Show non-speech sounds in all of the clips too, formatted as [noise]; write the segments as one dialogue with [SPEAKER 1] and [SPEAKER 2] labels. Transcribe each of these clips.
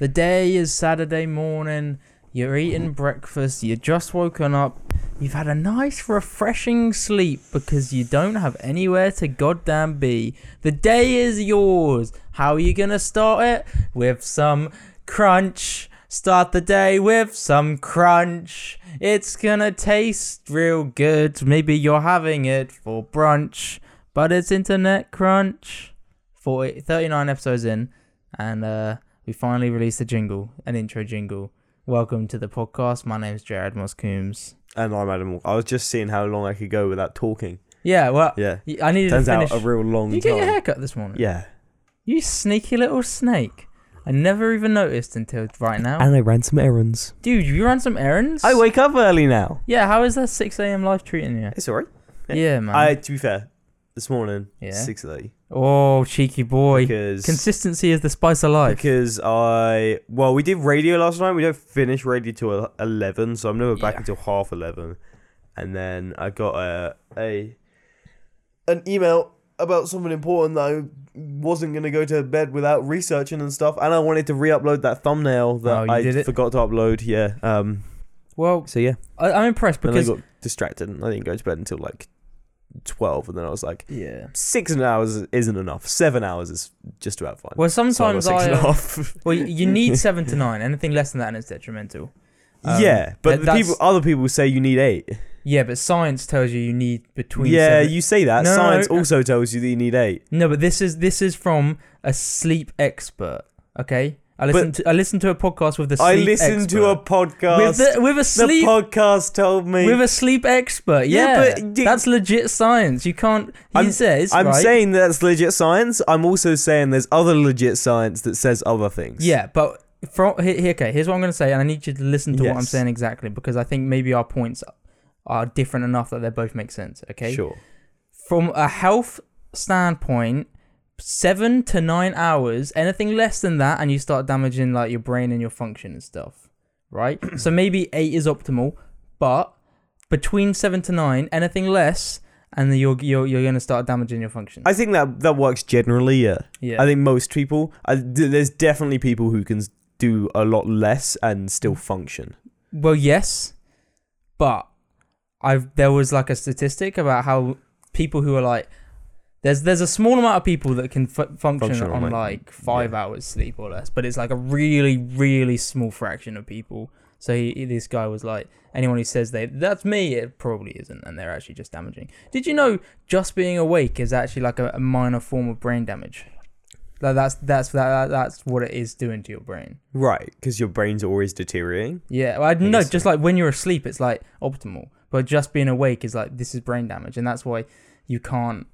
[SPEAKER 1] The day is Saturday morning. You're eating breakfast. You're just woken up. You've had a nice, refreshing sleep because you don't have anywhere to goddamn be. The day is yours. How are you gonna start it? With some crunch. Start the day with some crunch. It's gonna taste real good. Maybe you're having it for brunch, but it's internet crunch. 40, 39 episodes in, and uh, we finally released a jingle, an intro jingle. Welcome to the podcast. My name's Jared Moss Coombs.
[SPEAKER 2] And I'm Adam. Walker. I was just seeing how long I could go without talking.
[SPEAKER 1] Yeah, well,
[SPEAKER 2] Yeah.
[SPEAKER 1] y- I needed
[SPEAKER 2] Turns
[SPEAKER 1] to finish.
[SPEAKER 2] out a real long
[SPEAKER 1] Did you get
[SPEAKER 2] time.
[SPEAKER 1] your haircut this morning?
[SPEAKER 2] yeah.
[SPEAKER 1] You sneaky little snake. I never even noticed until right now.
[SPEAKER 2] I ran some errands.
[SPEAKER 1] Dude, you ran some errands?
[SPEAKER 2] I wake up early now.
[SPEAKER 1] Yeah, how is that 6 a.m. life treating
[SPEAKER 2] [laughs]
[SPEAKER 1] you?
[SPEAKER 2] It's alright. Yeah.
[SPEAKER 1] Yeah, man.
[SPEAKER 2] I to be fair, this morning
[SPEAKER 1] Yeah.
[SPEAKER 2] six thirty
[SPEAKER 1] oh, cheeky boy.
[SPEAKER 2] because
[SPEAKER 1] Consistency is the spice of life.
[SPEAKER 2] because I well we did radio last night. We don't finish radio till el- eleven, so I'm never back
[SPEAKER 1] Yeah.
[SPEAKER 2] until half eleven. And then I got a a an email about something important that I wasn't gonna go to bed without researching and stuff. And I wanted to re-upload that thumbnail
[SPEAKER 1] Oh,
[SPEAKER 2] that
[SPEAKER 1] you
[SPEAKER 2] I
[SPEAKER 1] did it?
[SPEAKER 2] forgot to upload. Yeah. Um.
[SPEAKER 1] Well,
[SPEAKER 2] So yeah,
[SPEAKER 1] I, I'm impressed
[SPEAKER 2] then
[SPEAKER 1] because.
[SPEAKER 2] I got distracted and I didn't go to bed until like twelve. And then I was like,
[SPEAKER 1] yeah.
[SPEAKER 2] six hours isn't enough. Seven hours is just about fine.
[SPEAKER 1] Well,
[SPEAKER 2] So I got
[SPEAKER 1] sometimes
[SPEAKER 2] six
[SPEAKER 1] I.
[SPEAKER 2] and a
[SPEAKER 1] uh,
[SPEAKER 2] half.
[SPEAKER 1] Well, y- you need
[SPEAKER 2] [laughs]
[SPEAKER 1] seven to nine. Anything less than that, and it's detrimental. Um,
[SPEAKER 2] yeah,
[SPEAKER 1] that-
[SPEAKER 2] but the
[SPEAKER 1] that's-
[SPEAKER 2] people, other people say you need eight.
[SPEAKER 1] Yeah, but science tells you you need between.
[SPEAKER 2] yeah,
[SPEAKER 1] seven-
[SPEAKER 2] you say that.
[SPEAKER 1] No, no,
[SPEAKER 2] Science
[SPEAKER 1] no.
[SPEAKER 2] also tells you that you need eight.
[SPEAKER 1] No, but this is this is from a sleep expert. Okay, I listened to I listened to a podcast with the.
[SPEAKER 2] I
[SPEAKER 1] sleep
[SPEAKER 2] listened
[SPEAKER 1] expert.
[SPEAKER 2] to a podcast.
[SPEAKER 1] with the, with a
[SPEAKER 2] the
[SPEAKER 1] sleep
[SPEAKER 2] podcast told me.
[SPEAKER 1] with a sleep expert. Yeah,
[SPEAKER 2] Yeah,
[SPEAKER 1] but
[SPEAKER 2] but you-
[SPEAKER 1] that's legit science. You can't. He
[SPEAKER 2] I'm-
[SPEAKER 1] says.
[SPEAKER 2] I'm
[SPEAKER 1] right?
[SPEAKER 2] saying that's legit science. I'm also saying there's other legit science that says other things.
[SPEAKER 1] Yeah, but from he- he- okay, here's what I'm going to say, and I need you to listen to what I'm
[SPEAKER 2] Yes.
[SPEAKER 1] saying exactly because I think maybe our points are different enough that they both make sense. Okay,
[SPEAKER 2] Sure.
[SPEAKER 1] from a health standpoint, seven to nine hours, anything less than that, and you start damaging like your brain and your function and stuff, right? so maybe eight is optimal, but between seven to nine, anything less. And then you're you're, you're going to start damaging your function.
[SPEAKER 2] I think that that works generally. Yeah.
[SPEAKER 1] yeah,
[SPEAKER 2] I think most people. I, th- there's definitely people who can s- do a lot less and still function.
[SPEAKER 1] Well, yes, but I've there was like a statistic about how people who are like there's there's a small amount of people that can f- function
[SPEAKER 2] Function
[SPEAKER 1] on like,
[SPEAKER 2] on, like,
[SPEAKER 1] five hours sleep or less, but it's like a really really small fraction of people. So he, he- this guy was like, anyone who says they that's me, it probably isn't, and they're actually just damaging. Did you know just being awake is actually like a, a minor form of brain damage? Like that's that's that, that's what it is doing to your brain.
[SPEAKER 2] Right, because your brain's always deteriorating.
[SPEAKER 1] Yeah, well, I no,
[SPEAKER 2] guess
[SPEAKER 1] just like when you're asleep, it's like optimal, but just being awake is like this is brain damage, and that's why you can't.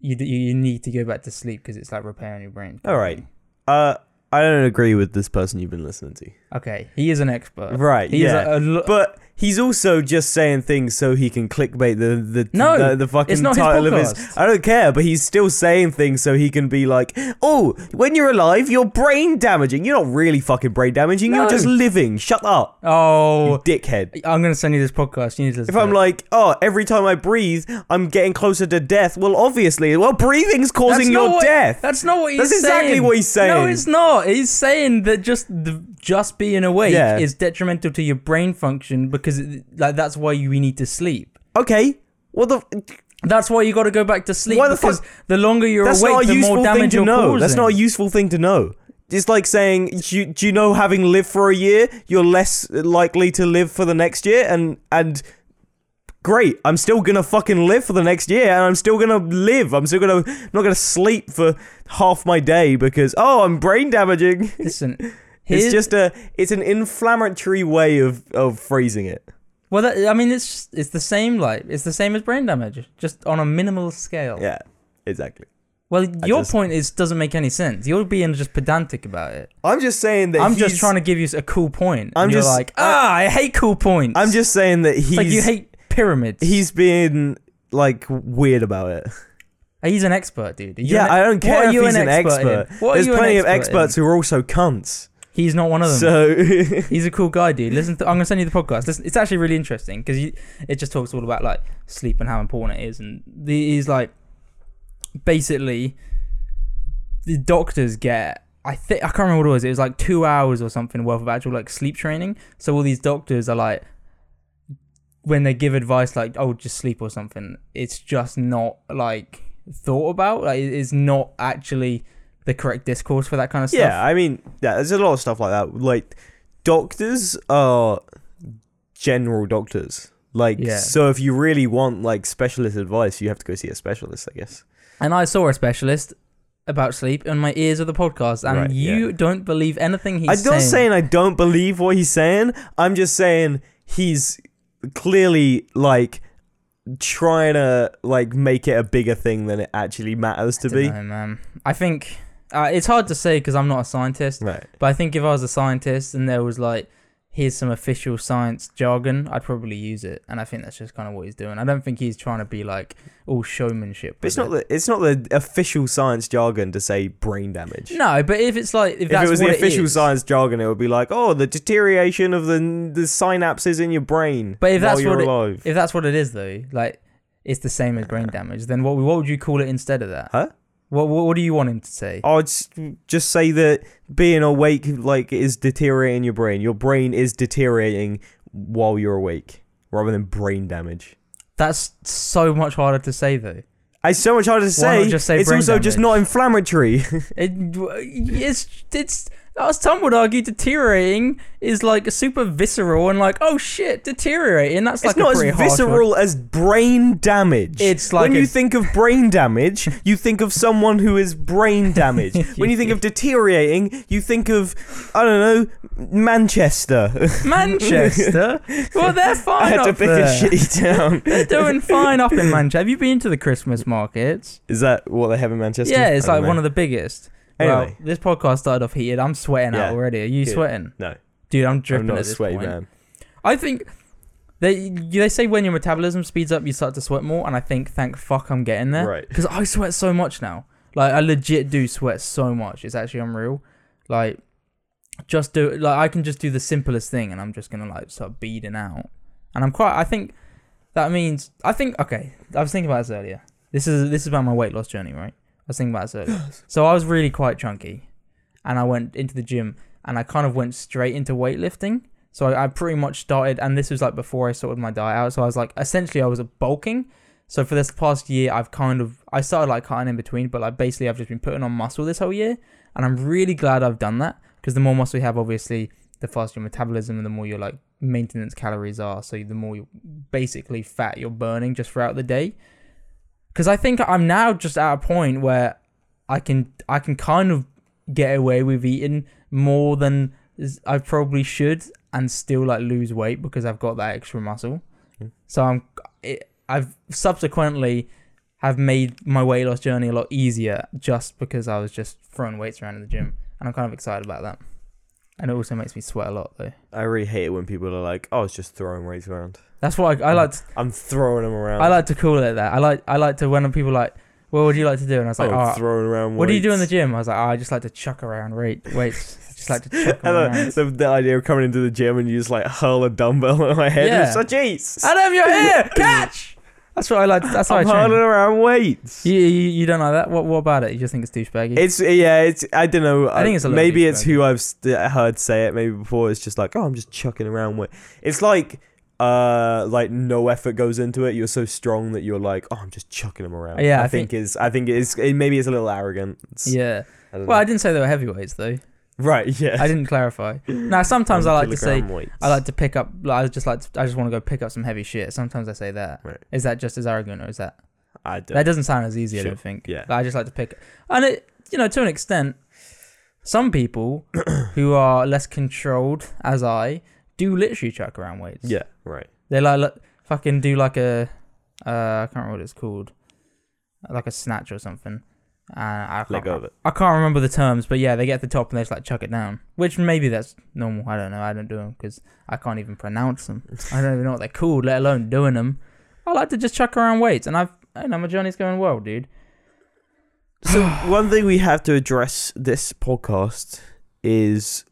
[SPEAKER 1] You d- you you need to go back to sleep because it's like repairing your brain.
[SPEAKER 2] All right. Uh, I don't agree with this person you've been listening to.
[SPEAKER 1] Okay, he is an expert.
[SPEAKER 2] Right,
[SPEAKER 1] He
[SPEAKER 2] yeah.
[SPEAKER 1] is a, a lo-
[SPEAKER 2] But he's also just saying things so he can clickbait the the
[SPEAKER 1] No,
[SPEAKER 2] the, the fucking
[SPEAKER 1] it's not his
[SPEAKER 2] title of
[SPEAKER 1] podcast.
[SPEAKER 2] his. I don't care, but he's still saying things so he can be like, "Oh, when you're alive, you're brain damaging. You're not really fucking brain damaging.
[SPEAKER 1] No.
[SPEAKER 2] You're just living. Shut up,
[SPEAKER 1] oh,
[SPEAKER 2] you dickhead."
[SPEAKER 1] I'm gonna send you this podcast. You need to listen.
[SPEAKER 2] If I'm
[SPEAKER 1] to it.
[SPEAKER 2] like, "Oh, every time I breathe, I'm getting closer to death." Well, obviously, well, breathing's
[SPEAKER 1] That's
[SPEAKER 2] causing
[SPEAKER 1] not
[SPEAKER 2] your
[SPEAKER 1] what-
[SPEAKER 2] death.
[SPEAKER 1] That's not what he's saying.
[SPEAKER 2] That's exactly what he's
[SPEAKER 1] No,
[SPEAKER 2] saying.
[SPEAKER 1] it's not. He's saying that just the, just being awake
[SPEAKER 2] Yeah.
[SPEAKER 1] is detrimental to your brain function because it, like that's why you, we need to sleep.
[SPEAKER 2] okay. What the
[SPEAKER 1] That's why you got to go back to sleep
[SPEAKER 2] Why the
[SPEAKER 1] because
[SPEAKER 2] fuck-
[SPEAKER 1] the longer you're
[SPEAKER 2] That's
[SPEAKER 1] awake,
[SPEAKER 2] not a
[SPEAKER 1] the more
[SPEAKER 2] useful thing
[SPEAKER 1] damage
[SPEAKER 2] to
[SPEAKER 1] you're
[SPEAKER 2] know.
[SPEAKER 1] causing.
[SPEAKER 2] That's not a useful thing to know. It's like saying, do you, do you know having lived for a year, you're less likely to live for the next year? And and great, I'm still gonna fucking live for the next year, and I'm still gonna live. I'm still gonna I'm not gonna sleep for half my day because oh, I'm brain damaging. [laughs]
[SPEAKER 1] Listen,
[SPEAKER 2] It's
[SPEAKER 1] here's,
[SPEAKER 2] just a it's an inflammatory way of of phrasing it.
[SPEAKER 1] well, that, I mean, it's just, it's the same like it's the same as brain damage, just on a minimal scale.
[SPEAKER 2] Yeah, exactly.
[SPEAKER 1] Well, your
[SPEAKER 2] just-
[SPEAKER 1] point is doesn't make any sense. You're being just pedantic about it.
[SPEAKER 2] I'm just saying that
[SPEAKER 1] I'm
[SPEAKER 2] he's-
[SPEAKER 1] just trying to give you a cool point.
[SPEAKER 2] I'm
[SPEAKER 1] and
[SPEAKER 2] just-
[SPEAKER 1] you're like,
[SPEAKER 2] I-
[SPEAKER 1] ah, I, hate cool points.
[SPEAKER 2] I'm just saying that he's
[SPEAKER 1] It's like you hate pyramids.
[SPEAKER 2] he's being like weid about it.
[SPEAKER 1] he's an expert, dude. Are you
[SPEAKER 2] yeah,
[SPEAKER 1] an-
[SPEAKER 2] I don't
[SPEAKER 1] what
[SPEAKER 2] care
[SPEAKER 1] are
[SPEAKER 2] if
[SPEAKER 1] you
[SPEAKER 2] he's an expert.
[SPEAKER 1] in? What are
[SPEAKER 2] There's
[SPEAKER 1] you an
[SPEAKER 2] plenty of
[SPEAKER 1] expert in?
[SPEAKER 2] experts who are also cunts.
[SPEAKER 1] He's not one of them.
[SPEAKER 2] So [laughs]
[SPEAKER 1] He's a cool guy, dude. Listen, to, I'm gonna send you the podcast. Listen, it's actually really interesting because it just talks all about like sleep and how important it is, and the, he's like, basically, the doctors get I think I can't remember what it was. It was like two hours or something worth of actual like sleep training. So all these doctors are like, when they give advice like, "Oh, just sleep" or something, it's just not like thought about. Like it- it's not actually the correct discourse for that kind of stuff.
[SPEAKER 2] Yeah, I mean, yeah, there's a lot of stuff like that. Like, doctors are general doctors. Like,
[SPEAKER 1] Yeah.
[SPEAKER 2] so if you really want like specialist advice, you have to go see a specialist, I guess.
[SPEAKER 1] And I saw a specialist about sleep in my ears of the podcast, and
[SPEAKER 2] Right,
[SPEAKER 1] you
[SPEAKER 2] yeah.
[SPEAKER 1] don't believe anything he's
[SPEAKER 2] I'm not
[SPEAKER 1] saying.
[SPEAKER 2] saying I don't believe what he's saying. I'm just saying he's clearly like trying to like make it a bigger thing than it actually matters to
[SPEAKER 1] I
[SPEAKER 2] be.
[SPEAKER 1] dunno, man. I think uh, it's hard to say because I'm not a scientist,
[SPEAKER 2] Right.
[SPEAKER 1] but I think if I was a scientist and there was like, here's some official science jargon, I'd probably use it. And I think that's just kind of what he's doing. I don't think he's trying to be like all showmanship.
[SPEAKER 2] But it's
[SPEAKER 1] with
[SPEAKER 2] not the it's not the official science jargon to say brain damage.
[SPEAKER 1] it. no, but if it's like if,
[SPEAKER 2] if
[SPEAKER 1] that's
[SPEAKER 2] it was
[SPEAKER 1] what
[SPEAKER 2] the official
[SPEAKER 1] it is,
[SPEAKER 2] science jargon, it would be like, oh, the deterioration of the the synapses in your brain
[SPEAKER 1] But if
[SPEAKER 2] while
[SPEAKER 1] that's
[SPEAKER 2] you're
[SPEAKER 1] what it-
[SPEAKER 2] alive.
[SPEAKER 1] if that's what it is though, like it's the same as brain damage, then what what would you call it instead of that?
[SPEAKER 2] Huh?
[SPEAKER 1] What what, what do you want him to say?
[SPEAKER 2] I'd s- just say that being awake like is deteriorating your brain. Your brain is deteriorating while you're awake, rather than brain damage.
[SPEAKER 1] That's so much harder to say though.
[SPEAKER 2] It's so much harder to
[SPEAKER 1] Why not
[SPEAKER 2] say.
[SPEAKER 1] just say
[SPEAKER 2] it's
[SPEAKER 1] brain
[SPEAKER 2] also just
[SPEAKER 1] damage?
[SPEAKER 2] not inflammatory.
[SPEAKER 1] It, it's it's as Tom would argue, deteriorating is like super visceral and like oh shit, deteriorating. That's like
[SPEAKER 2] it's not
[SPEAKER 1] a pretty
[SPEAKER 2] as
[SPEAKER 1] harsh one.
[SPEAKER 2] visceral as brain damage.
[SPEAKER 1] It's like
[SPEAKER 2] when
[SPEAKER 1] a-
[SPEAKER 2] you think of brain damage, you think of someone who is
[SPEAKER 1] [laughs]
[SPEAKER 2] brain damaged. when you think of deteriorating, you think of I don't know Manchester. [laughs]
[SPEAKER 1] Manchester. well, they're
[SPEAKER 2] I
[SPEAKER 1] fine
[SPEAKER 2] had
[SPEAKER 1] up
[SPEAKER 2] to pick
[SPEAKER 1] there.
[SPEAKER 2] a shitty town. [laughs]
[SPEAKER 1] They're doing fine up in Manchester. Have you been to the Christmas markets?
[SPEAKER 2] Is that what they have in Manchester?
[SPEAKER 1] yeah, it's like one of the biggest. Well,
[SPEAKER 2] Anyway.
[SPEAKER 1] this podcast started off heated. I'm sweating out
[SPEAKER 2] Yeah.
[SPEAKER 1] already. Are you
[SPEAKER 2] Good.
[SPEAKER 1] sweating?
[SPEAKER 2] No,
[SPEAKER 1] Dude, I'm dripping
[SPEAKER 2] I'm not
[SPEAKER 1] at
[SPEAKER 2] a
[SPEAKER 1] this
[SPEAKER 2] sweaty
[SPEAKER 1] point.
[SPEAKER 2] man.
[SPEAKER 1] I think they they say when your metabolism speeds up, you start to sweat more, and I think thank fuck I'm getting there.
[SPEAKER 2] Right.
[SPEAKER 1] Because I sweat so much now. Like I legit do sweat so much. It's actually unreal. Like just do like I can just do the simplest thing, and I'm just gonna like start beading out. And I'm quite. I think that means. I think okay. I was thinking about this earlier. This is this is about my weight loss journey, right? I was thinking about this earlier. so I was really quite chunky, and I went into the gym, and I kind of went straight into weightlifting. So I, I pretty much started, and this was like before I sorted my diet out. So I was like, essentially, I was bulking. So for this past year, I've kind of I started like cutting in between, but like basically, I've just been putting on muscle this whole year, and I'm really glad I've done that because the more muscle you have, obviously, the faster your metabolism and the more your like maintenance calories are. So the more you basically fat you're burning just throughout the day. Because I think I'm now just at a point where I can I can kind of get away with eating more than is- I probably should and still like lose weight because I've got that extra muscle.
[SPEAKER 2] Mm.
[SPEAKER 1] So I'm it, I've subsequently have made my weight loss journey a lot easier just because I was just throwing weights around in the gym and I'm kind of excited about that. And it also makes me sweat a lot though.
[SPEAKER 2] I really hate it when people are like, "Oh, it's just throwing weights around."
[SPEAKER 1] That's what I, I like. To,
[SPEAKER 2] I'm throwing them around.
[SPEAKER 1] I like to call it that. I like. I like to when people are like, "What would you like to do?" And I was like, "Oh,
[SPEAKER 2] oh, throwing around.
[SPEAKER 1] what do you do in the
[SPEAKER 2] weights."
[SPEAKER 1] gym?" I was like, oh, "I just like to chuck around weight, weights. just
[SPEAKER 2] [laughs]
[SPEAKER 1] like to chuck 'em
[SPEAKER 2] And
[SPEAKER 1] around."
[SPEAKER 2] the, the, the idea of coming into the gym and you just like hurl a dumbbell [laughs] at my head.
[SPEAKER 1] Yeah.
[SPEAKER 2] It's like, jeez.
[SPEAKER 1] Adam, you're
[SPEAKER 2] [laughs]
[SPEAKER 1] here. Catch. That's what I like. That's how I
[SPEAKER 2] I'm
[SPEAKER 1] train.
[SPEAKER 2] hurling around weights.
[SPEAKER 1] You, you, you don't like that? What What about it? You just think it's douchebaggy?
[SPEAKER 2] It's yeah, it's I don't know. uh,
[SPEAKER 1] I think it's a little
[SPEAKER 2] maybe
[SPEAKER 1] bit
[SPEAKER 2] it's who I've st- heard say it. Maybe before it's just like, oh, I'm just chucking around weight. It's like, uh, like no effort goes into it. You're so strong that you're like, oh, I'm just chucking them around.
[SPEAKER 1] Yeah,
[SPEAKER 2] I,
[SPEAKER 1] I
[SPEAKER 2] think,
[SPEAKER 1] think-
[SPEAKER 2] is I think it's it, maybe it's a little arrogant. It's-
[SPEAKER 1] yeah.
[SPEAKER 2] I don't
[SPEAKER 1] Well, I
[SPEAKER 2] know.
[SPEAKER 1] didn't say they were heavyweights though.
[SPEAKER 2] right, yeah. [laughs]
[SPEAKER 1] I didn't clarify. Now sometimes I like to say
[SPEAKER 2] Kilogram weights.
[SPEAKER 1] I like to pick up. Like, I just like. To, I just want to go pick up some heavy shit. Sometimes I say that. Is
[SPEAKER 2] Right.
[SPEAKER 1] that just as arrogant or is that?
[SPEAKER 2] I don't.
[SPEAKER 1] That doesn't sound as easy, I
[SPEAKER 2] Sure.
[SPEAKER 1] don't think.
[SPEAKER 2] Yeah.
[SPEAKER 1] But I just like to pick, and it, you know, to an extent, some
[SPEAKER 2] [clears throat]
[SPEAKER 1] people who are less controlled, as I, do literally chuck around weights.
[SPEAKER 2] yeah, right.
[SPEAKER 1] They like, like fucking do like a, uh, I can't remember what it's called, like a snatch or something. Uh, I can't,
[SPEAKER 2] Let go of it.
[SPEAKER 1] I can't remember the terms, but yeah, they get to the top and they just like chuck it down. Which maybe that's normal. I don't know. I don't do them because I can't even pronounce them. I don't even know what they're called, let alone doing them. I like to just chuck around weights, and I've and my journey's going well, dude. [sighs]
[SPEAKER 2] So one thing we have to address this podcast is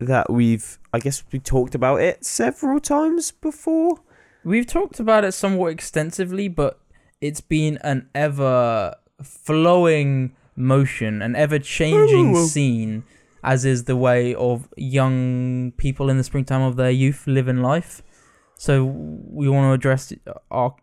[SPEAKER 2] that we've I guess we talked about it several times before.
[SPEAKER 1] We've talked about it somewhat extensively, but it's been an ever flowing motion, an ever changing
[SPEAKER 2] Woo, woo.
[SPEAKER 1] scene, as is the way of young people in the springtime of their youth living life. So we want to address our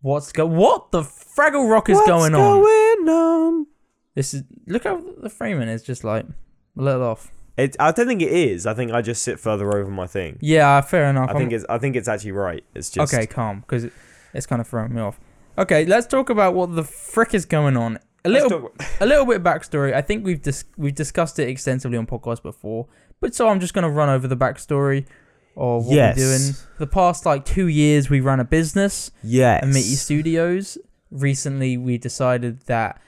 [SPEAKER 1] what's go what the Fraggle Rock is
[SPEAKER 2] What's
[SPEAKER 1] going, on.
[SPEAKER 2] going on?
[SPEAKER 1] This is look how the framing is just like a little off.
[SPEAKER 2] It, I don't think it is. I think I just sit further over my thing.
[SPEAKER 1] Yeah, fair enough.
[SPEAKER 2] I
[SPEAKER 1] I'm-
[SPEAKER 2] think it's. I think it's actually right. It's just
[SPEAKER 1] Okay, calm, because it, it's kind of throwing me off. Okay, let's talk about what the frick is going on. A
[SPEAKER 2] Let's
[SPEAKER 1] little,
[SPEAKER 2] talk-
[SPEAKER 1] a little bit backstory. I think we've dis- we've discussed it extensively on podcasts before, but so I'm just going to run over the backstory of what
[SPEAKER 2] Yes.
[SPEAKER 1] we're doing. The past like two years, we ran a business,
[SPEAKER 2] Yes.
[SPEAKER 1] Amity Studios. Recently, we decided that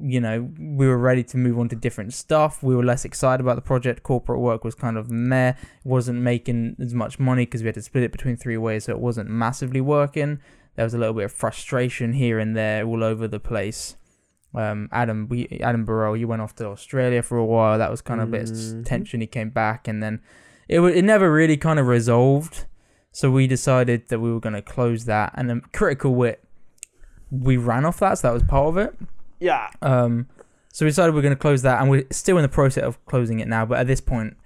[SPEAKER 1] you know we were ready to move on to different stuff. We were less excited about the project. Corporate work was kind of meh. Wasn't making as much money because we had to split it between three ways, so it wasn't massively working. There was a little bit of frustration here and there, all over the place. Um, Adam, we, Adam Burrell, you went off to Australia for a while. That was kind of a bit of
[SPEAKER 2] Mhm.
[SPEAKER 1] tension. He came back, and then it wa- it never really kind of resolved. So we decided that we were going to close that, and then Critical Wit, we ran off that, so that was part of it.
[SPEAKER 2] Yeah.
[SPEAKER 1] Um, so we decided we are going to close that, and we're still in the process of closing it now. But at this point,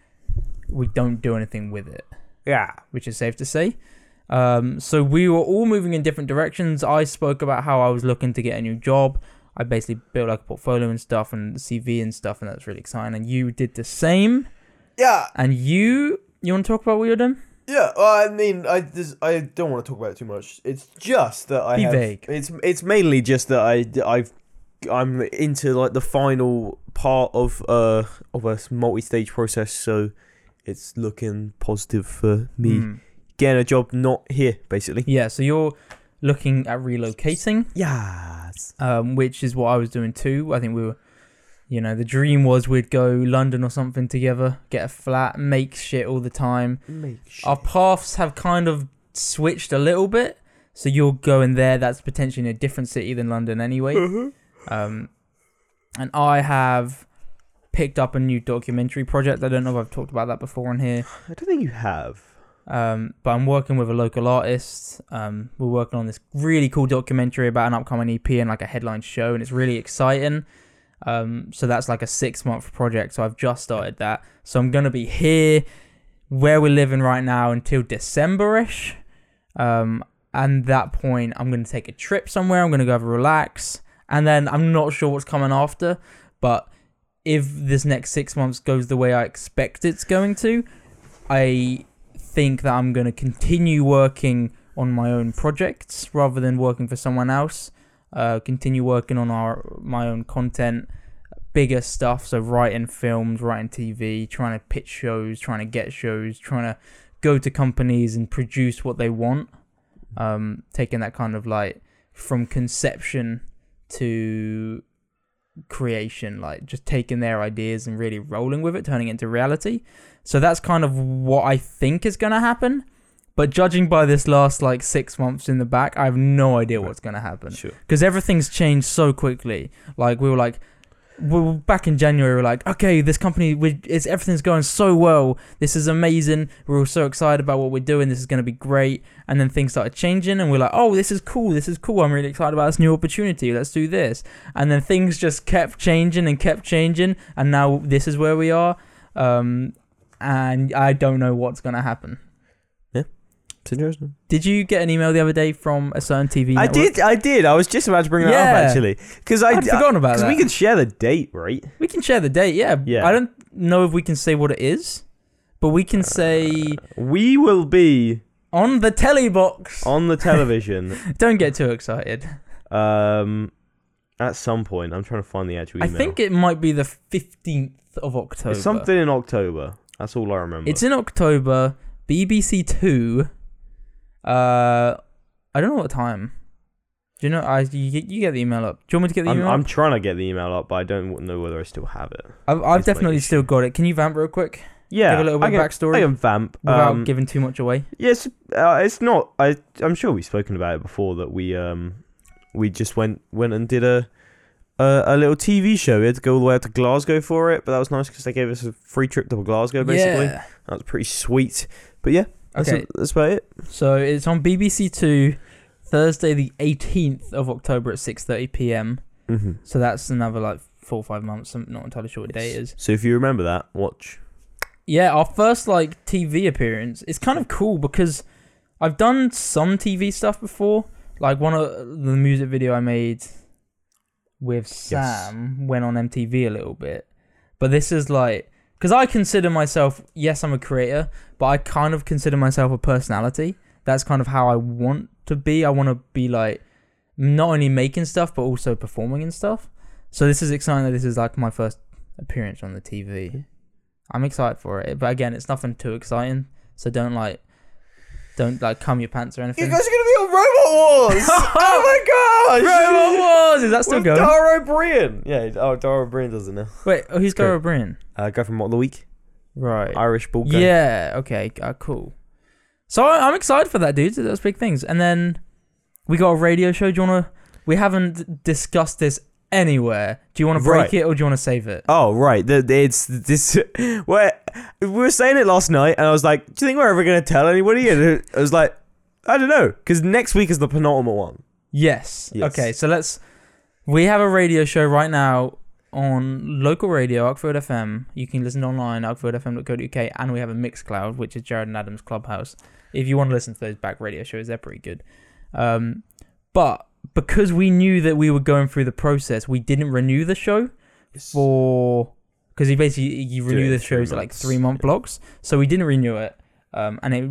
[SPEAKER 1] we don't do anything with it,
[SPEAKER 2] Yeah.
[SPEAKER 1] which is safe to say. Um, so we were all moving in different directions. I spoke about how I was looking to get a new job. I basically built like a portfolio and stuff, and CV and stuff, and that's really exciting. And you did the same.
[SPEAKER 3] Yeah,
[SPEAKER 1] And you, you want to talk about what you're doing?
[SPEAKER 3] yeah. Well, I mean, I this, I don't want to talk about it too much. It's just that I
[SPEAKER 1] Be
[SPEAKER 3] have,
[SPEAKER 1] vague.
[SPEAKER 2] It's it's mainly just that I I've I'm into like the final part of uh of a multi-stage process, so it's looking positive for me
[SPEAKER 1] Hmm.
[SPEAKER 2] getting a job not here basically.
[SPEAKER 1] Yeah, so you're looking at relocating,
[SPEAKER 2] Yes.
[SPEAKER 1] um, which is what I was doing too. I think we were, you know, the dream was we'd go London or something together, get a flat, make shit all the time.
[SPEAKER 2] Make sure.
[SPEAKER 1] Our paths have kind of switched a little bit. So you're going there. That's potentially in a different city than London
[SPEAKER 2] [laughs]
[SPEAKER 1] anyway. Um, and I have picked up a new documentary project. I don't know if I've talked about that before on here.
[SPEAKER 2] I don't think you have.
[SPEAKER 1] Um, but I'm working with a local artist. Um, we're working on this really cool documentary about an upcoming EP and like a headline show, and it's really exciting. Um, so that's like a six month project. So I've just started that. So I'm gonna be here where we're living right now until Decemberish. Um, and that point, I'm gonna take a trip somewhere. I'm gonna go have a relax, and then I'm not sure what's coming after. But if this next six months goes the way I expect it's going to, I think that I'm going to continue working on my own projects rather than working for someone else. Uh, continue working on our my own content, bigger stuff. So writing films, writing TV, trying to pitch shows, trying to get shows, trying to go to companies and produce what they want. Um, taking that kind of like from conception to creation, like just taking their ideas and really rolling with it, turning it into reality. So that's kind of what I think is going to happen. But judging by this last like six months in the back, I have no idea what's going to happen
[SPEAKER 2] Sure.
[SPEAKER 1] because everything's changed so quickly. Like we were like, we were back in January. We are like, okay, this company, we, it's everything's going so well. This is amazing. We're all so excited about what we're doing. This is going to be great. And then things started changing, and we're like, oh, this is cool. This is cool. I'm really excited about this new opportunity. Let's do this. And then things just kept changing and kept changing, and now this is where we are. Um, and I don't know what's going to happen.
[SPEAKER 2] It's interesting.
[SPEAKER 1] Did you get an email the other day from a certain TV?
[SPEAKER 2] I
[SPEAKER 1] network?
[SPEAKER 2] did. I did. I was just about to bring that
[SPEAKER 1] Yeah.
[SPEAKER 2] up actually, because I
[SPEAKER 1] I'd forgotten about
[SPEAKER 2] because
[SPEAKER 1] that.
[SPEAKER 2] we could share the date, right?
[SPEAKER 1] We can share the date, yeah.
[SPEAKER 2] Yeah.
[SPEAKER 1] I don't know if we can say what it is, but we can say
[SPEAKER 2] We will be
[SPEAKER 1] on the telly box.
[SPEAKER 2] on the television. [laughs]
[SPEAKER 1] Don't get too excited.
[SPEAKER 2] um, at some point. I'm trying to find the actual
[SPEAKER 1] I
[SPEAKER 2] email.
[SPEAKER 1] think it might be the 15th of October.
[SPEAKER 2] It's something in October. That's all I remember.
[SPEAKER 1] It's in October, BBC 2. Uh, I don't know what time. Do you know? I you, get- you get the email up. Do you want me to get the
[SPEAKER 2] I'm,
[SPEAKER 1] email?
[SPEAKER 2] I'm
[SPEAKER 1] up?
[SPEAKER 2] trying to get the email up, but I don't w- know whether I still have it.
[SPEAKER 1] I've, I've
[SPEAKER 2] it's my
[SPEAKER 1] definitely
[SPEAKER 2] issue.
[SPEAKER 1] still got it. Can you vamp real quick?
[SPEAKER 2] Yeah,
[SPEAKER 1] Give a little bit
[SPEAKER 2] I
[SPEAKER 1] of
[SPEAKER 2] can,
[SPEAKER 1] backstory
[SPEAKER 2] I can vamp.
[SPEAKER 1] without
[SPEAKER 2] um,
[SPEAKER 1] giving too much away.
[SPEAKER 2] yes, uh, it's not. I I'm sure we've spoken about it before that we um we just went went and did a. A, a little TV show. We had to go all the way out to Glasgow for it, but that was nice because they gave us a free trip to Glasgow. Basically,
[SPEAKER 1] Yeah.
[SPEAKER 2] that was pretty sweet. But yeah, that's,
[SPEAKER 1] Okay.
[SPEAKER 2] that's about it.
[SPEAKER 1] So it's on BBC Two, Thursday the eighteenth of October at six thirty p.m.
[SPEAKER 2] Mm-hmm.
[SPEAKER 1] So that's another like four or five months. I'm not entirely sure what day it is.
[SPEAKER 2] So if you remember that, watch.
[SPEAKER 1] Yeah, our first like TV appearance. It's kind of cool because I've done some TV stuff before, like one of the music video I made with Sam went on MTV a little bit. But this is like because I consider myself, yes, I'm a creator, but I kind of consider myself a personality. That's kind of how I want to be. I want to be like not only making stuff but also performing and stuff. So this is exciting that this is like my first appearance on the TV. I'm excited for it, but again, it's nothing too exciting. So don't like, don't like cum your pants or anything.
[SPEAKER 3] You guys are gonna be on Robot
[SPEAKER 1] [laughs]
[SPEAKER 3] Wars! oh my gosh!
[SPEAKER 1] Robot Wars is that
[SPEAKER 3] [laughs]
[SPEAKER 1] still
[SPEAKER 3] With
[SPEAKER 1] going?
[SPEAKER 3] Dara O'Brien! Yeah, oh, Dara O'Brien does it now.
[SPEAKER 1] Wait, oh, who's
[SPEAKER 2] Go.
[SPEAKER 1] Garo Bryan?
[SPEAKER 2] Uh, go from what of the week?
[SPEAKER 1] Right.
[SPEAKER 2] Irish ball game.
[SPEAKER 1] Yeah. Okay. Uh, cool. So I, I'm excited for that, dude. Those big things, and then we got a radio show. Do you wanna? We haven't discussed this anywhere. Do you want to break
[SPEAKER 2] Right.
[SPEAKER 1] it or do you want to save it?
[SPEAKER 2] Oh right, the, the- it's this. [laughs] Where we were saying it last night, and I was like, "Do you think we're ever gonna tell anybody?" And I was like, "I don't know," because next week is the penultimate one.
[SPEAKER 1] Yes.
[SPEAKER 2] Yes.
[SPEAKER 1] Okay, so let's. We have a radio show right now on local radio, Uckfield FM. You can listen online, uckfieldfm.co.uk, and we have a Mixcloud, which is Jared and Adam's Clubhouse. If you want to listen to those back radio shows, they're pretty good. Um, but because we knew that we were going through the process, we didn't renew the show for because you basically you
[SPEAKER 2] Do it
[SPEAKER 1] renew
[SPEAKER 2] in
[SPEAKER 1] the
[SPEAKER 2] three
[SPEAKER 1] shows at like
[SPEAKER 2] months.
[SPEAKER 1] three month blocks, so we didn't renew it, um, and it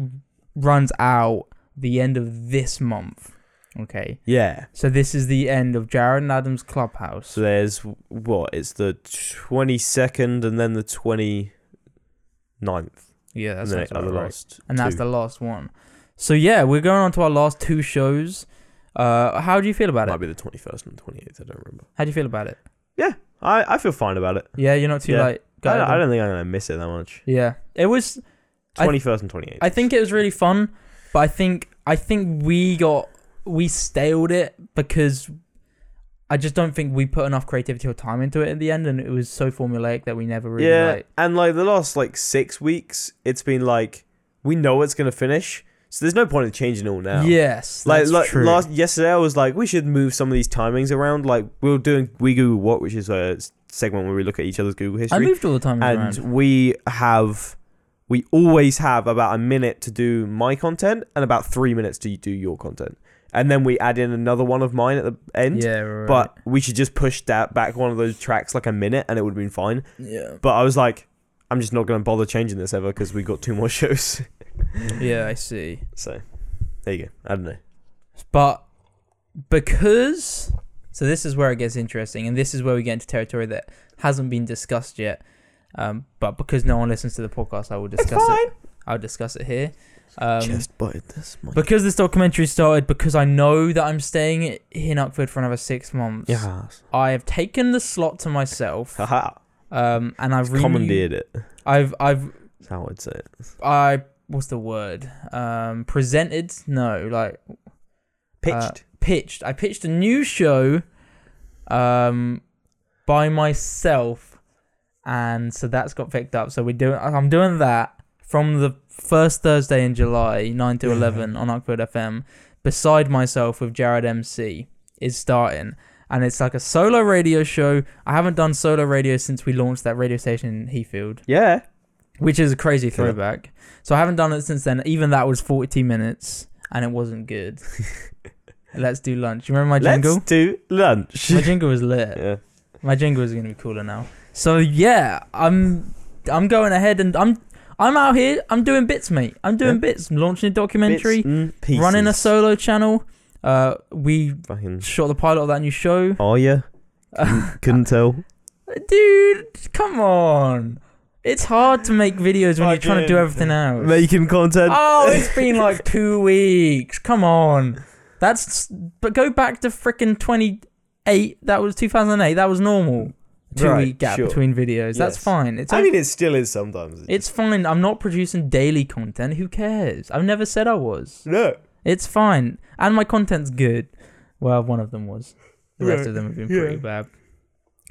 [SPEAKER 1] runs out the end of this month. Okay,
[SPEAKER 2] Yeah.
[SPEAKER 1] so this is the end of Jared and Adam's clubhouse.
[SPEAKER 2] So there's what? It's the twenty second, and then the 29th.
[SPEAKER 1] Yeah,
[SPEAKER 2] and
[SPEAKER 1] that's
[SPEAKER 2] then
[SPEAKER 1] not
[SPEAKER 2] it- are the last.
[SPEAKER 1] and that's
[SPEAKER 2] two.
[SPEAKER 1] the last one. So yeah, we're going on to our last two shows. Uh, how do you feel about
[SPEAKER 2] Might
[SPEAKER 1] it?
[SPEAKER 2] be the twenty first and twenty eighth. I don't remember.
[SPEAKER 1] How do you feel about it?
[SPEAKER 2] I, I feel fine about it.
[SPEAKER 1] Yeah, you're not too
[SPEAKER 2] Yeah.
[SPEAKER 1] like.
[SPEAKER 2] I don't,
[SPEAKER 1] gutted?
[SPEAKER 2] I don't think I'm gonna miss it that much.
[SPEAKER 1] Yeah, it was. I-
[SPEAKER 2] Twenty first and twenty eighth.
[SPEAKER 1] I think it was really fun, but I think I think we got we staled it because I just don't think we put enough creativity or time into it in the end, and it was so formulaic that we never really
[SPEAKER 2] yeah,
[SPEAKER 1] like.
[SPEAKER 2] and like the last like six weeks, it's been like we know it's gonna finish, so there's no point in changing it all now.
[SPEAKER 1] Yes,
[SPEAKER 2] like
[SPEAKER 1] that's
[SPEAKER 2] like
[SPEAKER 1] true.
[SPEAKER 2] last yesterday, I was like, we should move some of these timings around. Like we were doing we Google what, which is a s- segment where we look at each other's Google
[SPEAKER 1] I
[SPEAKER 2] history,
[SPEAKER 1] moved all the time
[SPEAKER 2] and
[SPEAKER 1] around.
[SPEAKER 2] we have we always have about a minute to do my content and about three minutes to do your content, and then we add in another one of mine at the end.
[SPEAKER 1] yeah, right.
[SPEAKER 2] But we should just push that back one of those tracks like a minute, and it would have been fine.
[SPEAKER 1] yeah,
[SPEAKER 2] But I was like, I'm just not going to bother changing this ever because we got two more [laughs] shows.
[SPEAKER 1] yeah, I see.
[SPEAKER 2] so there you go. I don't know.
[SPEAKER 1] But because so this is where it gets interesting, and this is where we get into territory that hasn't been discussed yet. Um, but because no one listens to the podcast, I will discuss it. I'll discuss it here. Um,
[SPEAKER 2] just butted this. mic.
[SPEAKER 1] because this documentary started, because I know that I'm staying i- in Uckford for another six months,
[SPEAKER 2] Yes.
[SPEAKER 1] I have taken the slot to myself,
[SPEAKER 2] Haha.
[SPEAKER 1] um, and I've really,
[SPEAKER 2] Commandeered it.
[SPEAKER 1] I've, I've,
[SPEAKER 2] That's how I'd say it.
[SPEAKER 1] I, what's the word? Um, presented? No, like
[SPEAKER 2] Pitched.
[SPEAKER 1] Uh, pitched. I pitched a new show, um, by myself, and so that's got picked up. So we're doing. I'm doing that from the first Thursday in July, nine to
[SPEAKER 2] Yeah.
[SPEAKER 1] eleven on Uckfield FM. Beside myself with Jared MC is starting, and it's like a solo radio show. I haven't done solo radio since we launched that radio station in Heathfield
[SPEAKER 2] yeah.
[SPEAKER 1] which is a crazy
[SPEAKER 2] Killer.
[SPEAKER 1] throwback. So I haven't done it since then. Even that was 40 minutes, and it wasn't
[SPEAKER 2] [laughs]
[SPEAKER 1] good. Let's do lunch. You remember my
[SPEAKER 2] Let's
[SPEAKER 1] jingle?
[SPEAKER 2] do lunch.
[SPEAKER 1] My jingle was lit.
[SPEAKER 2] yeah.
[SPEAKER 1] My jingle is gonna be cooler now. So yeah, I'm I'm going ahead and I'm I'm out here. I'm doing bits, mate. I'm doing
[SPEAKER 2] Yeah.
[SPEAKER 1] bits. I'm launching a documentary,
[SPEAKER 2] Bits and pieces.
[SPEAKER 1] running a solo channel. Uh, we
[SPEAKER 2] Fucking.
[SPEAKER 1] shot the pilot of that new show.
[SPEAKER 2] Are you? Couldn't tell.
[SPEAKER 1] [laughs] Dude, come on. It's hard to make videos when you're trying to do
[SPEAKER 3] Fucking-
[SPEAKER 1] everything else.
[SPEAKER 2] Making [laughs] content.
[SPEAKER 1] Oh, it's been like two weeks. Come on. That's. But go back to frickin' 28. That was 2008. That was normal. Two
[SPEAKER 2] Right,
[SPEAKER 1] week gap
[SPEAKER 2] sure.
[SPEAKER 1] between videos. That's
[SPEAKER 2] Yes.
[SPEAKER 1] fine. It's
[SPEAKER 3] I
[SPEAKER 1] o-
[SPEAKER 3] mean, it still is sometimes.
[SPEAKER 1] it's fine. I'm not producing daily content. Who cares? I've never said I was.
[SPEAKER 3] no.
[SPEAKER 1] It's fine. And my content's good. Well, one of them was. The rest
[SPEAKER 3] Right,
[SPEAKER 1] of them have been
[SPEAKER 3] yeah.
[SPEAKER 1] pretty bad.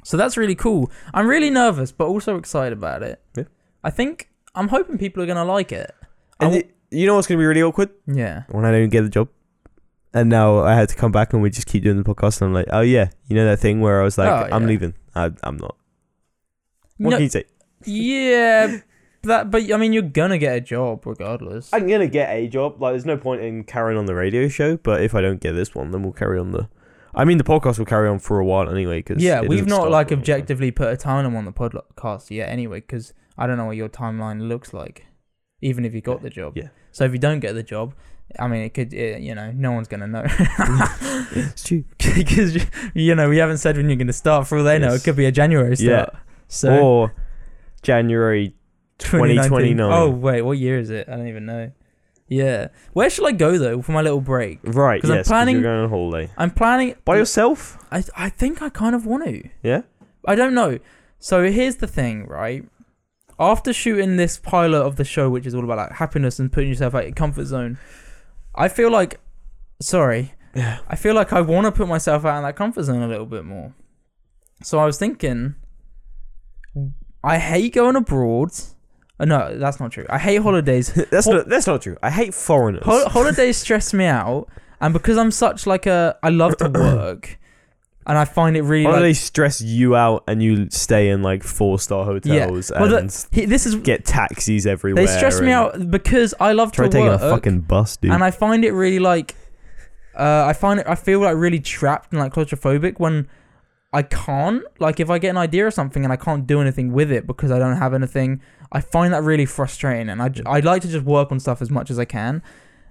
[SPEAKER 1] So that's really cool. I'm really nervous, but also excited about it.
[SPEAKER 2] Yeah.
[SPEAKER 1] I think. I'm hoping people are going to like it. I
[SPEAKER 2] and y- you know what's going to be really awkward?
[SPEAKER 1] Yeah.
[SPEAKER 2] when I didn't get the job. And now I had to come back and we just keep doing the podcast. And I'm like, oh, yeah, you know that thing where I was like,
[SPEAKER 1] Oh,
[SPEAKER 2] I'm
[SPEAKER 1] yeah.
[SPEAKER 2] leaving. I, I'm not. What
[SPEAKER 1] No-
[SPEAKER 2] can you say?
[SPEAKER 1] yeah, that. But I mean, you're gonna get a job regardless.
[SPEAKER 2] I'm gonna get a job. Like, there's no point in carrying on the radio show. But if I don't get this one, then we'll carry on the. I mean, the podcast will carry on for a while anyway. Cause
[SPEAKER 1] yeah,
[SPEAKER 2] it
[SPEAKER 1] we've
[SPEAKER 2] doesn't
[SPEAKER 1] not
[SPEAKER 2] stop
[SPEAKER 1] like
[SPEAKER 2] or anything.
[SPEAKER 1] objectively put a timeline on the podcast yet, anyway, because I don't know what your timeline looks like, even if you got the job.
[SPEAKER 2] Yeah.
[SPEAKER 1] So if you don't get the job, I mean, it could, eh, you know, no one's gonna know [laughs]
[SPEAKER 2] It's true.
[SPEAKER 1] because you know we haven't said when you're gonna start. For all they know, it
[SPEAKER 2] Yes.
[SPEAKER 1] could be a January start. So
[SPEAKER 2] or January 2029.
[SPEAKER 1] Oh wait, what year is it? I don't even know. Yeah, where should I go though for my little break?
[SPEAKER 2] Right,
[SPEAKER 1] 'Cause I'm
[SPEAKER 2] yes,
[SPEAKER 1] planning-
[SPEAKER 2] you're going on holiday.
[SPEAKER 1] I'm planning.
[SPEAKER 2] Mm. By yourself?
[SPEAKER 1] I I think I kind of want to.
[SPEAKER 2] Yeah?
[SPEAKER 1] I don't know. So here's the thing, right? After shooting this pilot of the show, which is all about like happiness and putting yourself out your comfort zone, I feel like, sorry,
[SPEAKER 2] Yeah.
[SPEAKER 1] I feel like I want to put myself out in that comfort zone a little bit more. So I was thinking, I hate going abroad. Uh, No, that's not true. I hate holidays.
[SPEAKER 2] [laughs] That's
[SPEAKER 1] Ho-
[SPEAKER 2] not that's not true. I hate foreigners. [laughs]
[SPEAKER 1] Hol- holidays stress me out, and because I'm such like a, I love
[SPEAKER 2] [clears throat]
[SPEAKER 1] to work, and I find it really.
[SPEAKER 2] Holidays
[SPEAKER 1] Like,
[SPEAKER 2] stress you out and you stay in like four star hotels
[SPEAKER 1] Well, the-
[SPEAKER 2] and
[SPEAKER 1] he- this is
[SPEAKER 2] get taxis everywhere.
[SPEAKER 1] They stress me
[SPEAKER 2] and
[SPEAKER 1] out because I love
[SPEAKER 2] Try
[SPEAKER 1] to
[SPEAKER 2] taking
[SPEAKER 1] work,
[SPEAKER 2] a fucking bus, dude.
[SPEAKER 1] and I find it really like, uh, I find it, I feel like really trapped and like claustrophobic when I can't. Like, if I get an idea or something and I can't do anything with it because I don't have anything, I find that really frustrating. And I, j- I like to just work on stuff as much as I can,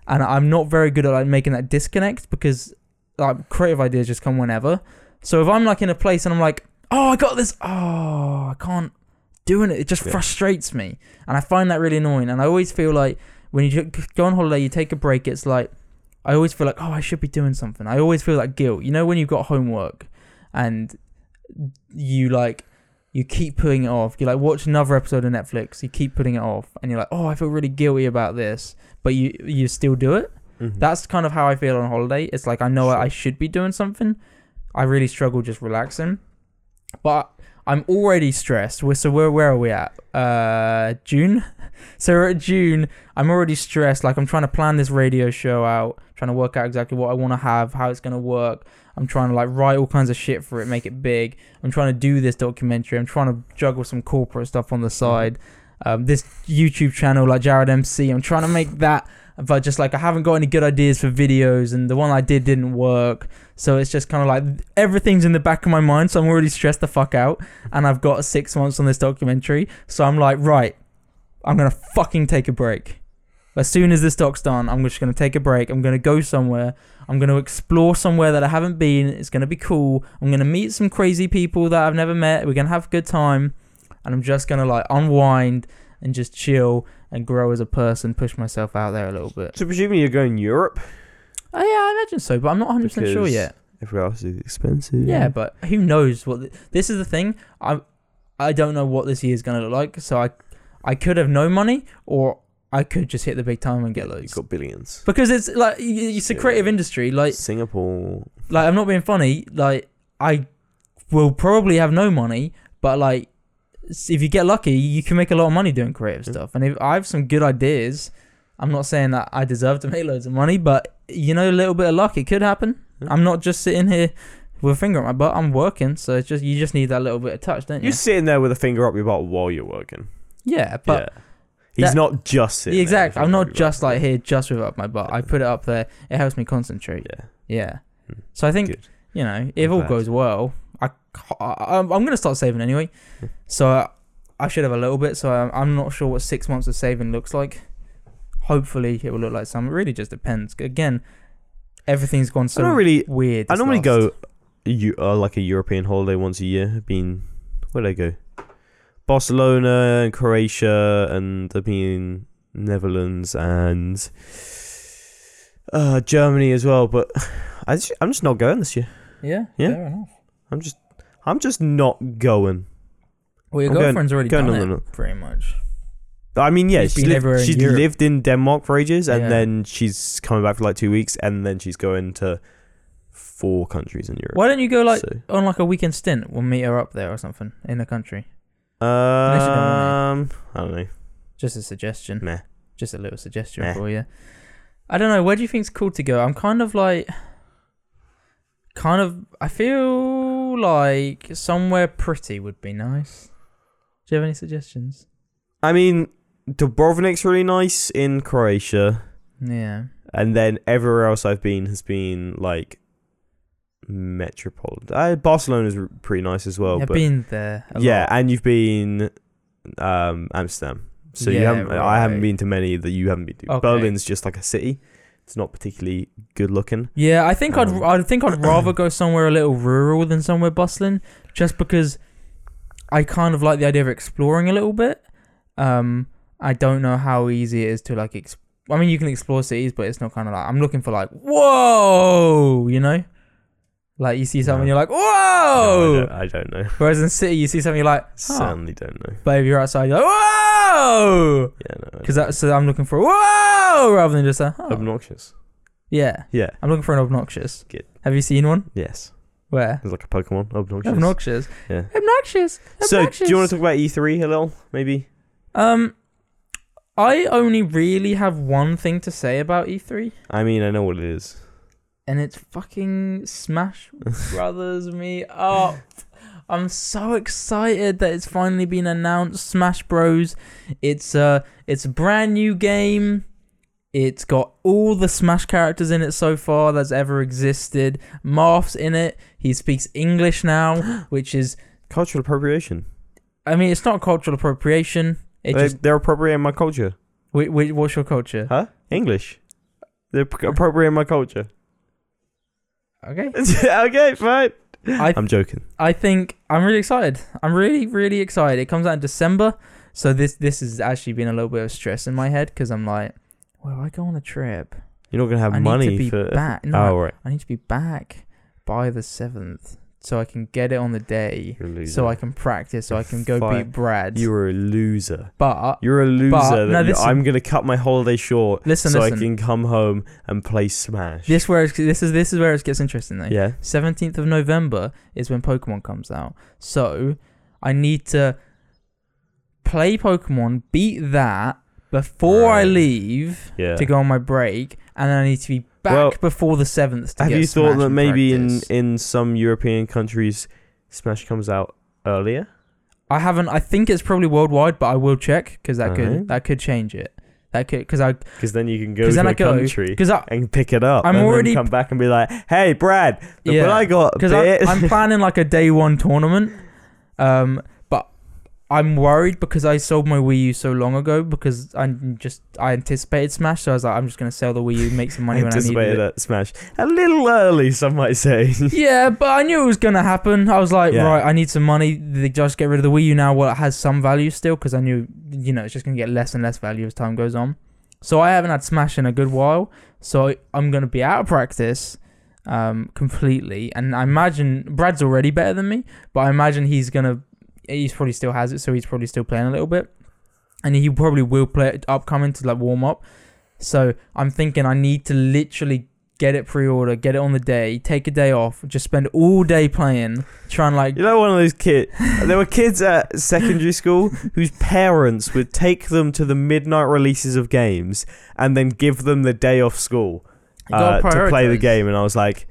[SPEAKER 1] and I'm not very good at like making that disconnect because like creative ideas just come whenever. So if I'm like in a place and I'm like, oh, I got this, oh, I can't doing it. It just
[SPEAKER 2] Yeah.
[SPEAKER 1] frustrates me, and I find that really annoying. And I always feel like when you ju- go on holiday, you take a break. It's like I always feel like, oh, I should be doing something. I always feel that guilt. You know, when you've got homework and you like. You keep putting it off. You like watch another episode of Netflix. You keep putting it off, and you're like, "Oh, I feel really guilty about this," but you you still do it.
[SPEAKER 2] Mhm.
[SPEAKER 1] That's kind of how I feel on holiday. It's like I know
[SPEAKER 2] Sure.
[SPEAKER 1] I should be doing something. I really struggle just relaxing, but I'm already stressed. We're, so where where are we at? Uh, June. So we're at June. I'm already stressed. Like I'm trying to plan this radio show out, trying to work out exactly what I want to have, how it's gonna work. I'm trying to like write all kinds of shit for it, make it big. I'm trying to do this documentary. I'm trying to juggle some corporate stuff on the side. Um, this YouTube channel, like Jared MC, I'm trying to make that, but just like I haven't got any good ideas for videos, and the one I did didn't work. So it's just kind of like everything's in the back of my mind. So I'm already stressed the fuck out, and I've got six months on this documentary. So I'm like, right, I'm gonna fucking take a break. As soon as this doc's done, I'm just gonna take a break. I'm gonna go somewhere. I'm gonna explore somewhere that I haven't been. It's gonna be cool. I'm gonna meet some crazy people that I've never met. We're gonna have a good time, and I'm just gonna like unwind and just chill and grow as a person, push myself out there a little bit.
[SPEAKER 2] so presumably you're going Europe.
[SPEAKER 1] Oh, yeah, I imagine so, but I'm not 100 percent sure
[SPEAKER 2] because
[SPEAKER 1] yet.
[SPEAKER 2] Everywhere else is expensive.
[SPEAKER 1] Yeah, but who knows what th- this is the thing. I I don't know what this year is going to look like, so I I could have no money or I could just hit the big time and get
[SPEAKER 2] You've
[SPEAKER 1] loads.
[SPEAKER 2] got billions.
[SPEAKER 1] Because it's like y- y- it's a
[SPEAKER 2] Yeah.
[SPEAKER 1] creative industry. Like
[SPEAKER 2] Singapore.
[SPEAKER 1] like I'm not being funny. Like I will probably have no money, but like s- if you get lucky, you can make a lot of money doing creative
[SPEAKER 2] Yeah.
[SPEAKER 1] stuff. And if I have some good ideas, I'm not saying that I deserve to [laughs] make loads of money, but you know, a little bit of luck, it could happen.
[SPEAKER 2] Yeah.
[SPEAKER 1] I'm not just sitting here with a finger at my butt. I'm working, so it's just you just need that little bit of touch, don't you?
[SPEAKER 2] You're sitting there with a finger up your butt while you're working.
[SPEAKER 1] yeah, but
[SPEAKER 2] yeah. He's
[SPEAKER 1] that-
[SPEAKER 2] not just
[SPEAKER 1] the
[SPEAKER 2] sitting. there with
[SPEAKER 1] exact.
[SPEAKER 2] a
[SPEAKER 1] I'm
[SPEAKER 2] finger
[SPEAKER 1] not
[SPEAKER 2] up your
[SPEAKER 1] just
[SPEAKER 2] butt.
[SPEAKER 1] like here, just with it up my butt. I put it up there. It helps me concentrate.
[SPEAKER 2] Yeah.
[SPEAKER 1] Yeah.
[SPEAKER 2] Hmm.
[SPEAKER 1] So I think
[SPEAKER 2] Good.
[SPEAKER 1] you know if all
[SPEAKER 2] glad.
[SPEAKER 1] goes well, I, ca- I I'm going to start saving anyway.
[SPEAKER 2] Yeah.
[SPEAKER 1] So I, I should have a little bit. So I'm, I'm not sure what six months of saving looks like. Hopefully it will look like some. It really just depends. Again, everything's gone
[SPEAKER 2] I
[SPEAKER 1] so
[SPEAKER 2] don't really
[SPEAKER 1] weird.
[SPEAKER 2] I
[SPEAKER 1] this
[SPEAKER 2] normally
[SPEAKER 1] last-
[SPEAKER 2] go you uh, like a European holiday once a year. I've been where would I go? Barcelona and Croatia and I've been Netherlands and uh, Germany as well, but [sighs] I just, I'm just not going this year.
[SPEAKER 1] Yeah.
[SPEAKER 2] Yeah.
[SPEAKER 1] Fair enough.
[SPEAKER 2] I'm just I'm just not going.
[SPEAKER 1] Well, your
[SPEAKER 2] I'm going-
[SPEAKER 1] girlfriend's already
[SPEAKER 2] going
[SPEAKER 1] done
[SPEAKER 2] on
[SPEAKER 1] it,
[SPEAKER 2] the-
[SPEAKER 1] pretty much.
[SPEAKER 2] I mean, yeah,
[SPEAKER 1] You've been
[SPEAKER 2] she's, lived-
[SPEAKER 1] everywhere in
[SPEAKER 2] she's
[SPEAKER 1] Europe.
[SPEAKER 2] lived in Denmark for ages, and
[SPEAKER 1] Yeah.
[SPEAKER 2] then she's coming back for like two weeks, and then she's going to four countries in Europe.
[SPEAKER 1] Why don't you go like
[SPEAKER 2] so-
[SPEAKER 1] on like a weekend stint? We'll meet her up there or something in the country. you don't wanna.
[SPEAKER 2] Um, I don't know.
[SPEAKER 1] Just a suggestion.
[SPEAKER 2] Meh.
[SPEAKER 1] Just a little suggestion
[SPEAKER 2] Meh.
[SPEAKER 1] for you. I don't know. Where do you think's cool to go? I'm kind of like, kind of. I feel feel like somewhere pretty would be nice. Do you have any suggestions?
[SPEAKER 2] I mean, Dubrovnik's really nice in Croatia,
[SPEAKER 1] Yeah.
[SPEAKER 2] and then everywhere else I've been has been like metropolitan. Uh, Barcelona's r- pretty nice as well,
[SPEAKER 1] I've
[SPEAKER 2] Oh, but
[SPEAKER 1] been there. a
[SPEAKER 2] yeah,
[SPEAKER 1] lot.
[SPEAKER 2] and you've been um, Amsterdam, so you
[SPEAKER 1] Yeah,
[SPEAKER 2] haven't. I haven't
[SPEAKER 1] right.
[SPEAKER 2] been to many that you haven't been to.
[SPEAKER 1] Okay.
[SPEAKER 2] Berlin's just like a city; it's not particularly good looking.
[SPEAKER 1] Yeah, I think I'd
[SPEAKER 2] Um,
[SPEAKER 1] I think
[SPEAKER 2] [clears throat]
[SPEAKER 1] I'd rather go somewhere a little rural than somewhere bustling, just because I kind of like the idea of exploring a little bit. Um, I don't know how easy it is to like. Ex- I mean, you can explore cities, but it's not kind of like I'm looking for like whoa, you know, like you see something,
[SPEAKER 2] No.
[SPEAKER 1] you're like
[SPEAKER 2] No,
[SPEAKER 1] whoa.
[SPEAKER 2] I, don't, I don't know.
[SPEAKER 1] Whereas in city, you see something, you're like, huh.
[SPEAKER 2] Certainly don't know.
[SPEAKER 1] but if you're outside, you're like whoa,
[SPEAKER 2] Yeah, no. I
[SPEAKER 1] because that's so I'm looking for whoa rather than just a
[SPEAKER 2] don't-
[SPEAKER 1] huh.
[SPEAKER 2] Obnoxious.
[SPEAKER 1] yeah.
[SPEAKER 2] Yeah.
[SPEAKER 1] I'm looking for an obnoxious.
[SPEAKER 2] Good.
[SPEAKER 1] Have you seen one?
[SPEAKER 2] Yes.
[SPEAKER 1] Where?
[SPEAKER 2] There's like a Pokemon. Obnoxious.
[SPEAKER 1] Obnoxious.
[SPEAKER 2] Yeah.
[SPEAKER 1] Obnoxious.
[SPEAKER 2] So, do you want
[SPEAKER 1] Obnoxious.
[SPEAKER 2] to talk about E3 a little? Maybe.
[SPEAKER 1] Um, I only really have one thing to say about E3,
[SPEAKER 2] I mean, I know what it is.
[SPEAKER 1] and it's fucking
[SPEAKER 2] [laughs]
[SPEAKER 1] Smash Brothers me up. I'm so excited that it's finally been announced. Smash Bros. It's a it's a brand new game. It's got all the Smash characters in it so far that's ever existed. Marth's in it. He speaks English
[SPEAKER 2] [gasps]
[SPEAKER 1] now, which is
[SPEAKER 2] Cultural appropriation.
[SPEAKER 1] I mean it's not cultural appropriation. It
[SPEAKER 2] they,
[SPEAKER 1] just
[SPEAKER 2] they're appropriating my culture.
[SPEAKER 1] Wait, wait, what's your culture?
[SPEAKER 2] Huh? English.
[SPEAKER 1] [laughs]
[SPEAKER 2] They're p- appropriating my culture. [laughs]
[SPEAKER 1] Okay.
[SPEAKER 2] okay, fine.
[SPEAKER 1] I
[SPEAKER 2] I'm joking.
[SPEAKER 1] I think I'm really excited. I'm really really excited. It comes out in December, so this this has actually been a little bit of stress in my head because I'm like, well, I go on a trip.
[SPEAKER 2] You're not gonna have
[SPEAKER 1] I
[SPEAKER 2] money
[SPEAKER 1] need to be
[SPEAKER 2] for.
[SPEAKER 1] back. No,
[SPEAKER 2] Oh right.
[SPEAKER 1] I need to be back by the seventh so I can get it on the day,
[SPEAKER 2] You're a loser.
[SPEAKER 1] so I can practice, so I can go
[SPEAKER 2] Fine.
[SPEAKER 1] beat Brad.
[SPEAKER 2] You're a loser.
[SPEAKER 1] but
[SPEAKER 2] You're a loser.
[SPEAKER 1] But-
[SPEAKER 2] that
[SPEAKER 1] no,
[SPEAKER 2] you-
[SPEAKER 1] listen.
[SPEAKER 2] I'm gonna cut my holiday short
[SPEAKER 1] listen,
[SPEAKER 2] so
[SPEAKER 1] listen.
[SPEAKER 2] I can come home and play Smash.
[SPEAKER 1] this where it's, this is this is where it gets interesting though.
[SPEAKER 2] yeah.
[SPEAKER 1] 17th of November is when Pokemon comes out. So I need to play Pokemon, beat that before I
[SPEAKER 2] Right.
[SPEAKER 1] leave
[SPEAKER 2] Yeah.
[SPEAKER 1] to go on my break, and then I need to be back
[SPEAKER 2] Well,
[SPEAKER 1] before the 7th to
[SPEAKER 2] Have
[SPEAKER 1] get
[SPEAKER 2] you thought
[SPEAKER 1] Smash
[SPEAKER 2] that
[SPEAKER 1] and
[SPEAKER 2] maybe in,
[SPEAKER 1] practice.
[SPEAKER 2] in some European countries Smash comes out earlier?
[SPEAKER 1] I haven't I think it's probably worldwide, but I will check cuz that could
[SPEAKER 2] Alright.
[SPEAKER 1] that could change it. That could cuz I
[SPEAKER 2] Because then you can go
[SPEAKER 1] 'Cause
[SPEAKER 2] to
[SPEAKER 1] then I
[SPEAKER 2] a
[SPEAKER 1] go-
[SPEAKER 2] country
[SPEAKER 1] cuz I
[SPEAKER 2] and pick it up.
[SPEAKER 1] I'm
[SPEAKER 2] and then
[SPEAKER 1] already-
[SPEAKER 2] come back and be like, hey, Brad, look
[SPEAKER 1] Yeah.
[SPEAKER 2] what I got.
[SPEAKER 1] because
[SPEAKER 2] [laughs]
[SPEAKER 1] I'm
[SPEAKER 2] bitch."
[SPEAKER 1] planning like a day one tournament. Um, but I'm worried because I sold my Wii U so long ago because I just I anticipated Smash, so I was like, I'm just gonna sell the Wii U, make some money when I need
[SPEAKER 2] anticipated
[SPEAKER 1] it.
[SPEAKER 2] that Smash. A little early, some might say. [laughs]
[SPEAKER 1] [laughs] Yeah, but I knew it was gonna happen. I was like,
[SPEAKER 2] Yeah.
[SPEAKER 1] right, I need some money. They just get rid of the Wii U now. Well, it has some value still because I knew, you know, it's just gonna get less and less value as time goes on. So I haven't had Smash in a good while. So I'm gonna be out of practice, um, completely. And I imagine Brad's already better than me, but I imagine he's gonna, he's probably still has it, so he's probably still playing a little bit, and he probably will play it upcoming to like warm up. So I'm thinking I need to literally get it pre-order, get it on the day, take a day off, just spend all day playing, trying like
[SPEAKER 2] You know, one of those kids. There were kids at secondary school whose parents would take them to the midnight releases of games and then give them the day off school
[SPEAKER 1] You gotta
[SPEAKER 2] uh, to play the
[SPEAKER 1] prioritize.
[SPEAKER 2] game. And I was like,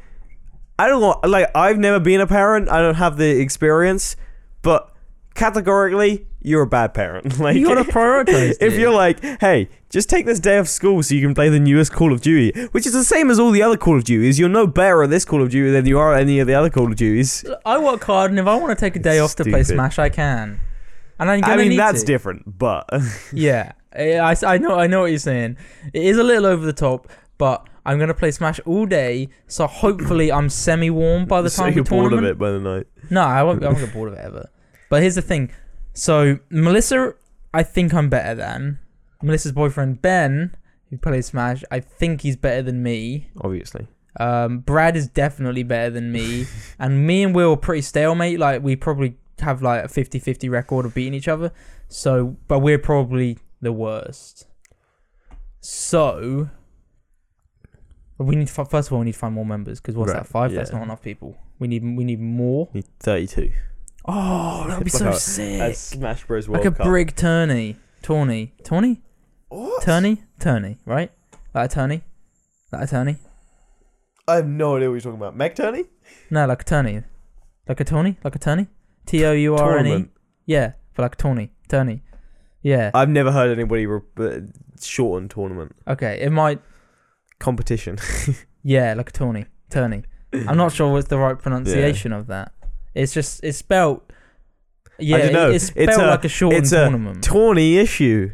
[SPEAKER 2] I don't want, like, I've never been a parent. I don't have the experience, but categorically, you're a bad parent. [laughs] [laughs] Like,
[SPEAKER 1] you gotta prioritize. dude.
[SPEAKER 2] if you're like, hey, just take this day off school so you can play the newest Call of Duty, which is the same as all the other Call of Duties. You're no better at this Call of Duty than you are at any of the other Call of Duties.
[SPEAKER 1] I work hard, and if I want to take a day off to play
[SPEAKER 2] Stupid.
[SPEAKER 1] Smash, I can. And I'm gonna
[SPEAKER 2] I mean,
[SPEAKER 1] need
[SPEAKER 2] that's
[SPEAKER 1] to.
[SPEAKER 2] different, but
[SPEAKER 1] yeah, I, I I know I know what you're saying. It is a little over the top, but I'm gonna play Smash all day, so hopefully I'm semi-warm
[SPEAKER 2] [laughs]
[SPEAKER 1] by the
[SPEAKER 2] so
[SPEAKER 1] time the
[SPEAKER 2] you're bored
[SPEAKER 1] tournament.
[SPEAKER 2] of it by the night.
[SPEAKER 1] No, I won't. I won't get bored of it ever. But here's the thing. So Melissa, I think I'm better than Melissa's boyfriend Ben, who plays Smash. I think he's better than me.
[SPEAKER 2] Obviously,
[SPEAKER 1] Um, Brad is definitely better than [laughs] me, and me and Will are pretty stalemate. Like we probably have like a 50-50 record of beating each other. So, but we're probably the worst. So, but we need to, fi- first of all we need to find more members because what's
[SPEAKER 2] Right,
[SPEAKER 1] that five? That's
[SPEAKER 2] yeah.
[SPEAKER 1] not enough people. We need we need more.
[SPEAKER 2] Need 32.
[SPEAKER 1] Oh, that would be
[SPEAKER 2] Like
[SPEAKER 1] so
[SPEAKER 2] a-
[SPEAKER 1] sick.
[SPEAKER 2] That's Smash Bros. World
[SPEAKER 1] Like a
[SPEAKER 2] Cup.
[SPEAKER 1] brig tourney. Tawny. Tawny?
[SPEAKER 3] What?
[SPEAKER 1] Tourney? Tourney, right? Like a tourney? Like a tourney?
[SPEAKER 3] I have no idea what you're talking about. Meg Turney?
[SPEAKER 1] No, like a tourney. Like a Tony? Like a Tony? T O U R N E?
[SPEAKER 2] Tournament.
[SPEAKER 1] Yeah, for like a Tony. Tony. Yeah.
[SPEAKER 2] I've never heard anybody re- uh, shorten tournament
[SPEAKER 1] Okay, it might.
[SPEAKER 2] competition. [laughs]
[SPEAKER 1] Yeah, like a Tony. Tony. I'm not sure what's the right pronunciation of that. It's just, it's spelt. Yeah,
[SPEAKER 2] don't know.
[SPEAKER 1] it- it's spelt
[SPEAKER 2] It's a-
[SPEAKER 1] like a shortened
[SPEAKER 2] it's a
[SPEAKER 1] tournament.
[SPEAKER 2] Tawny issue,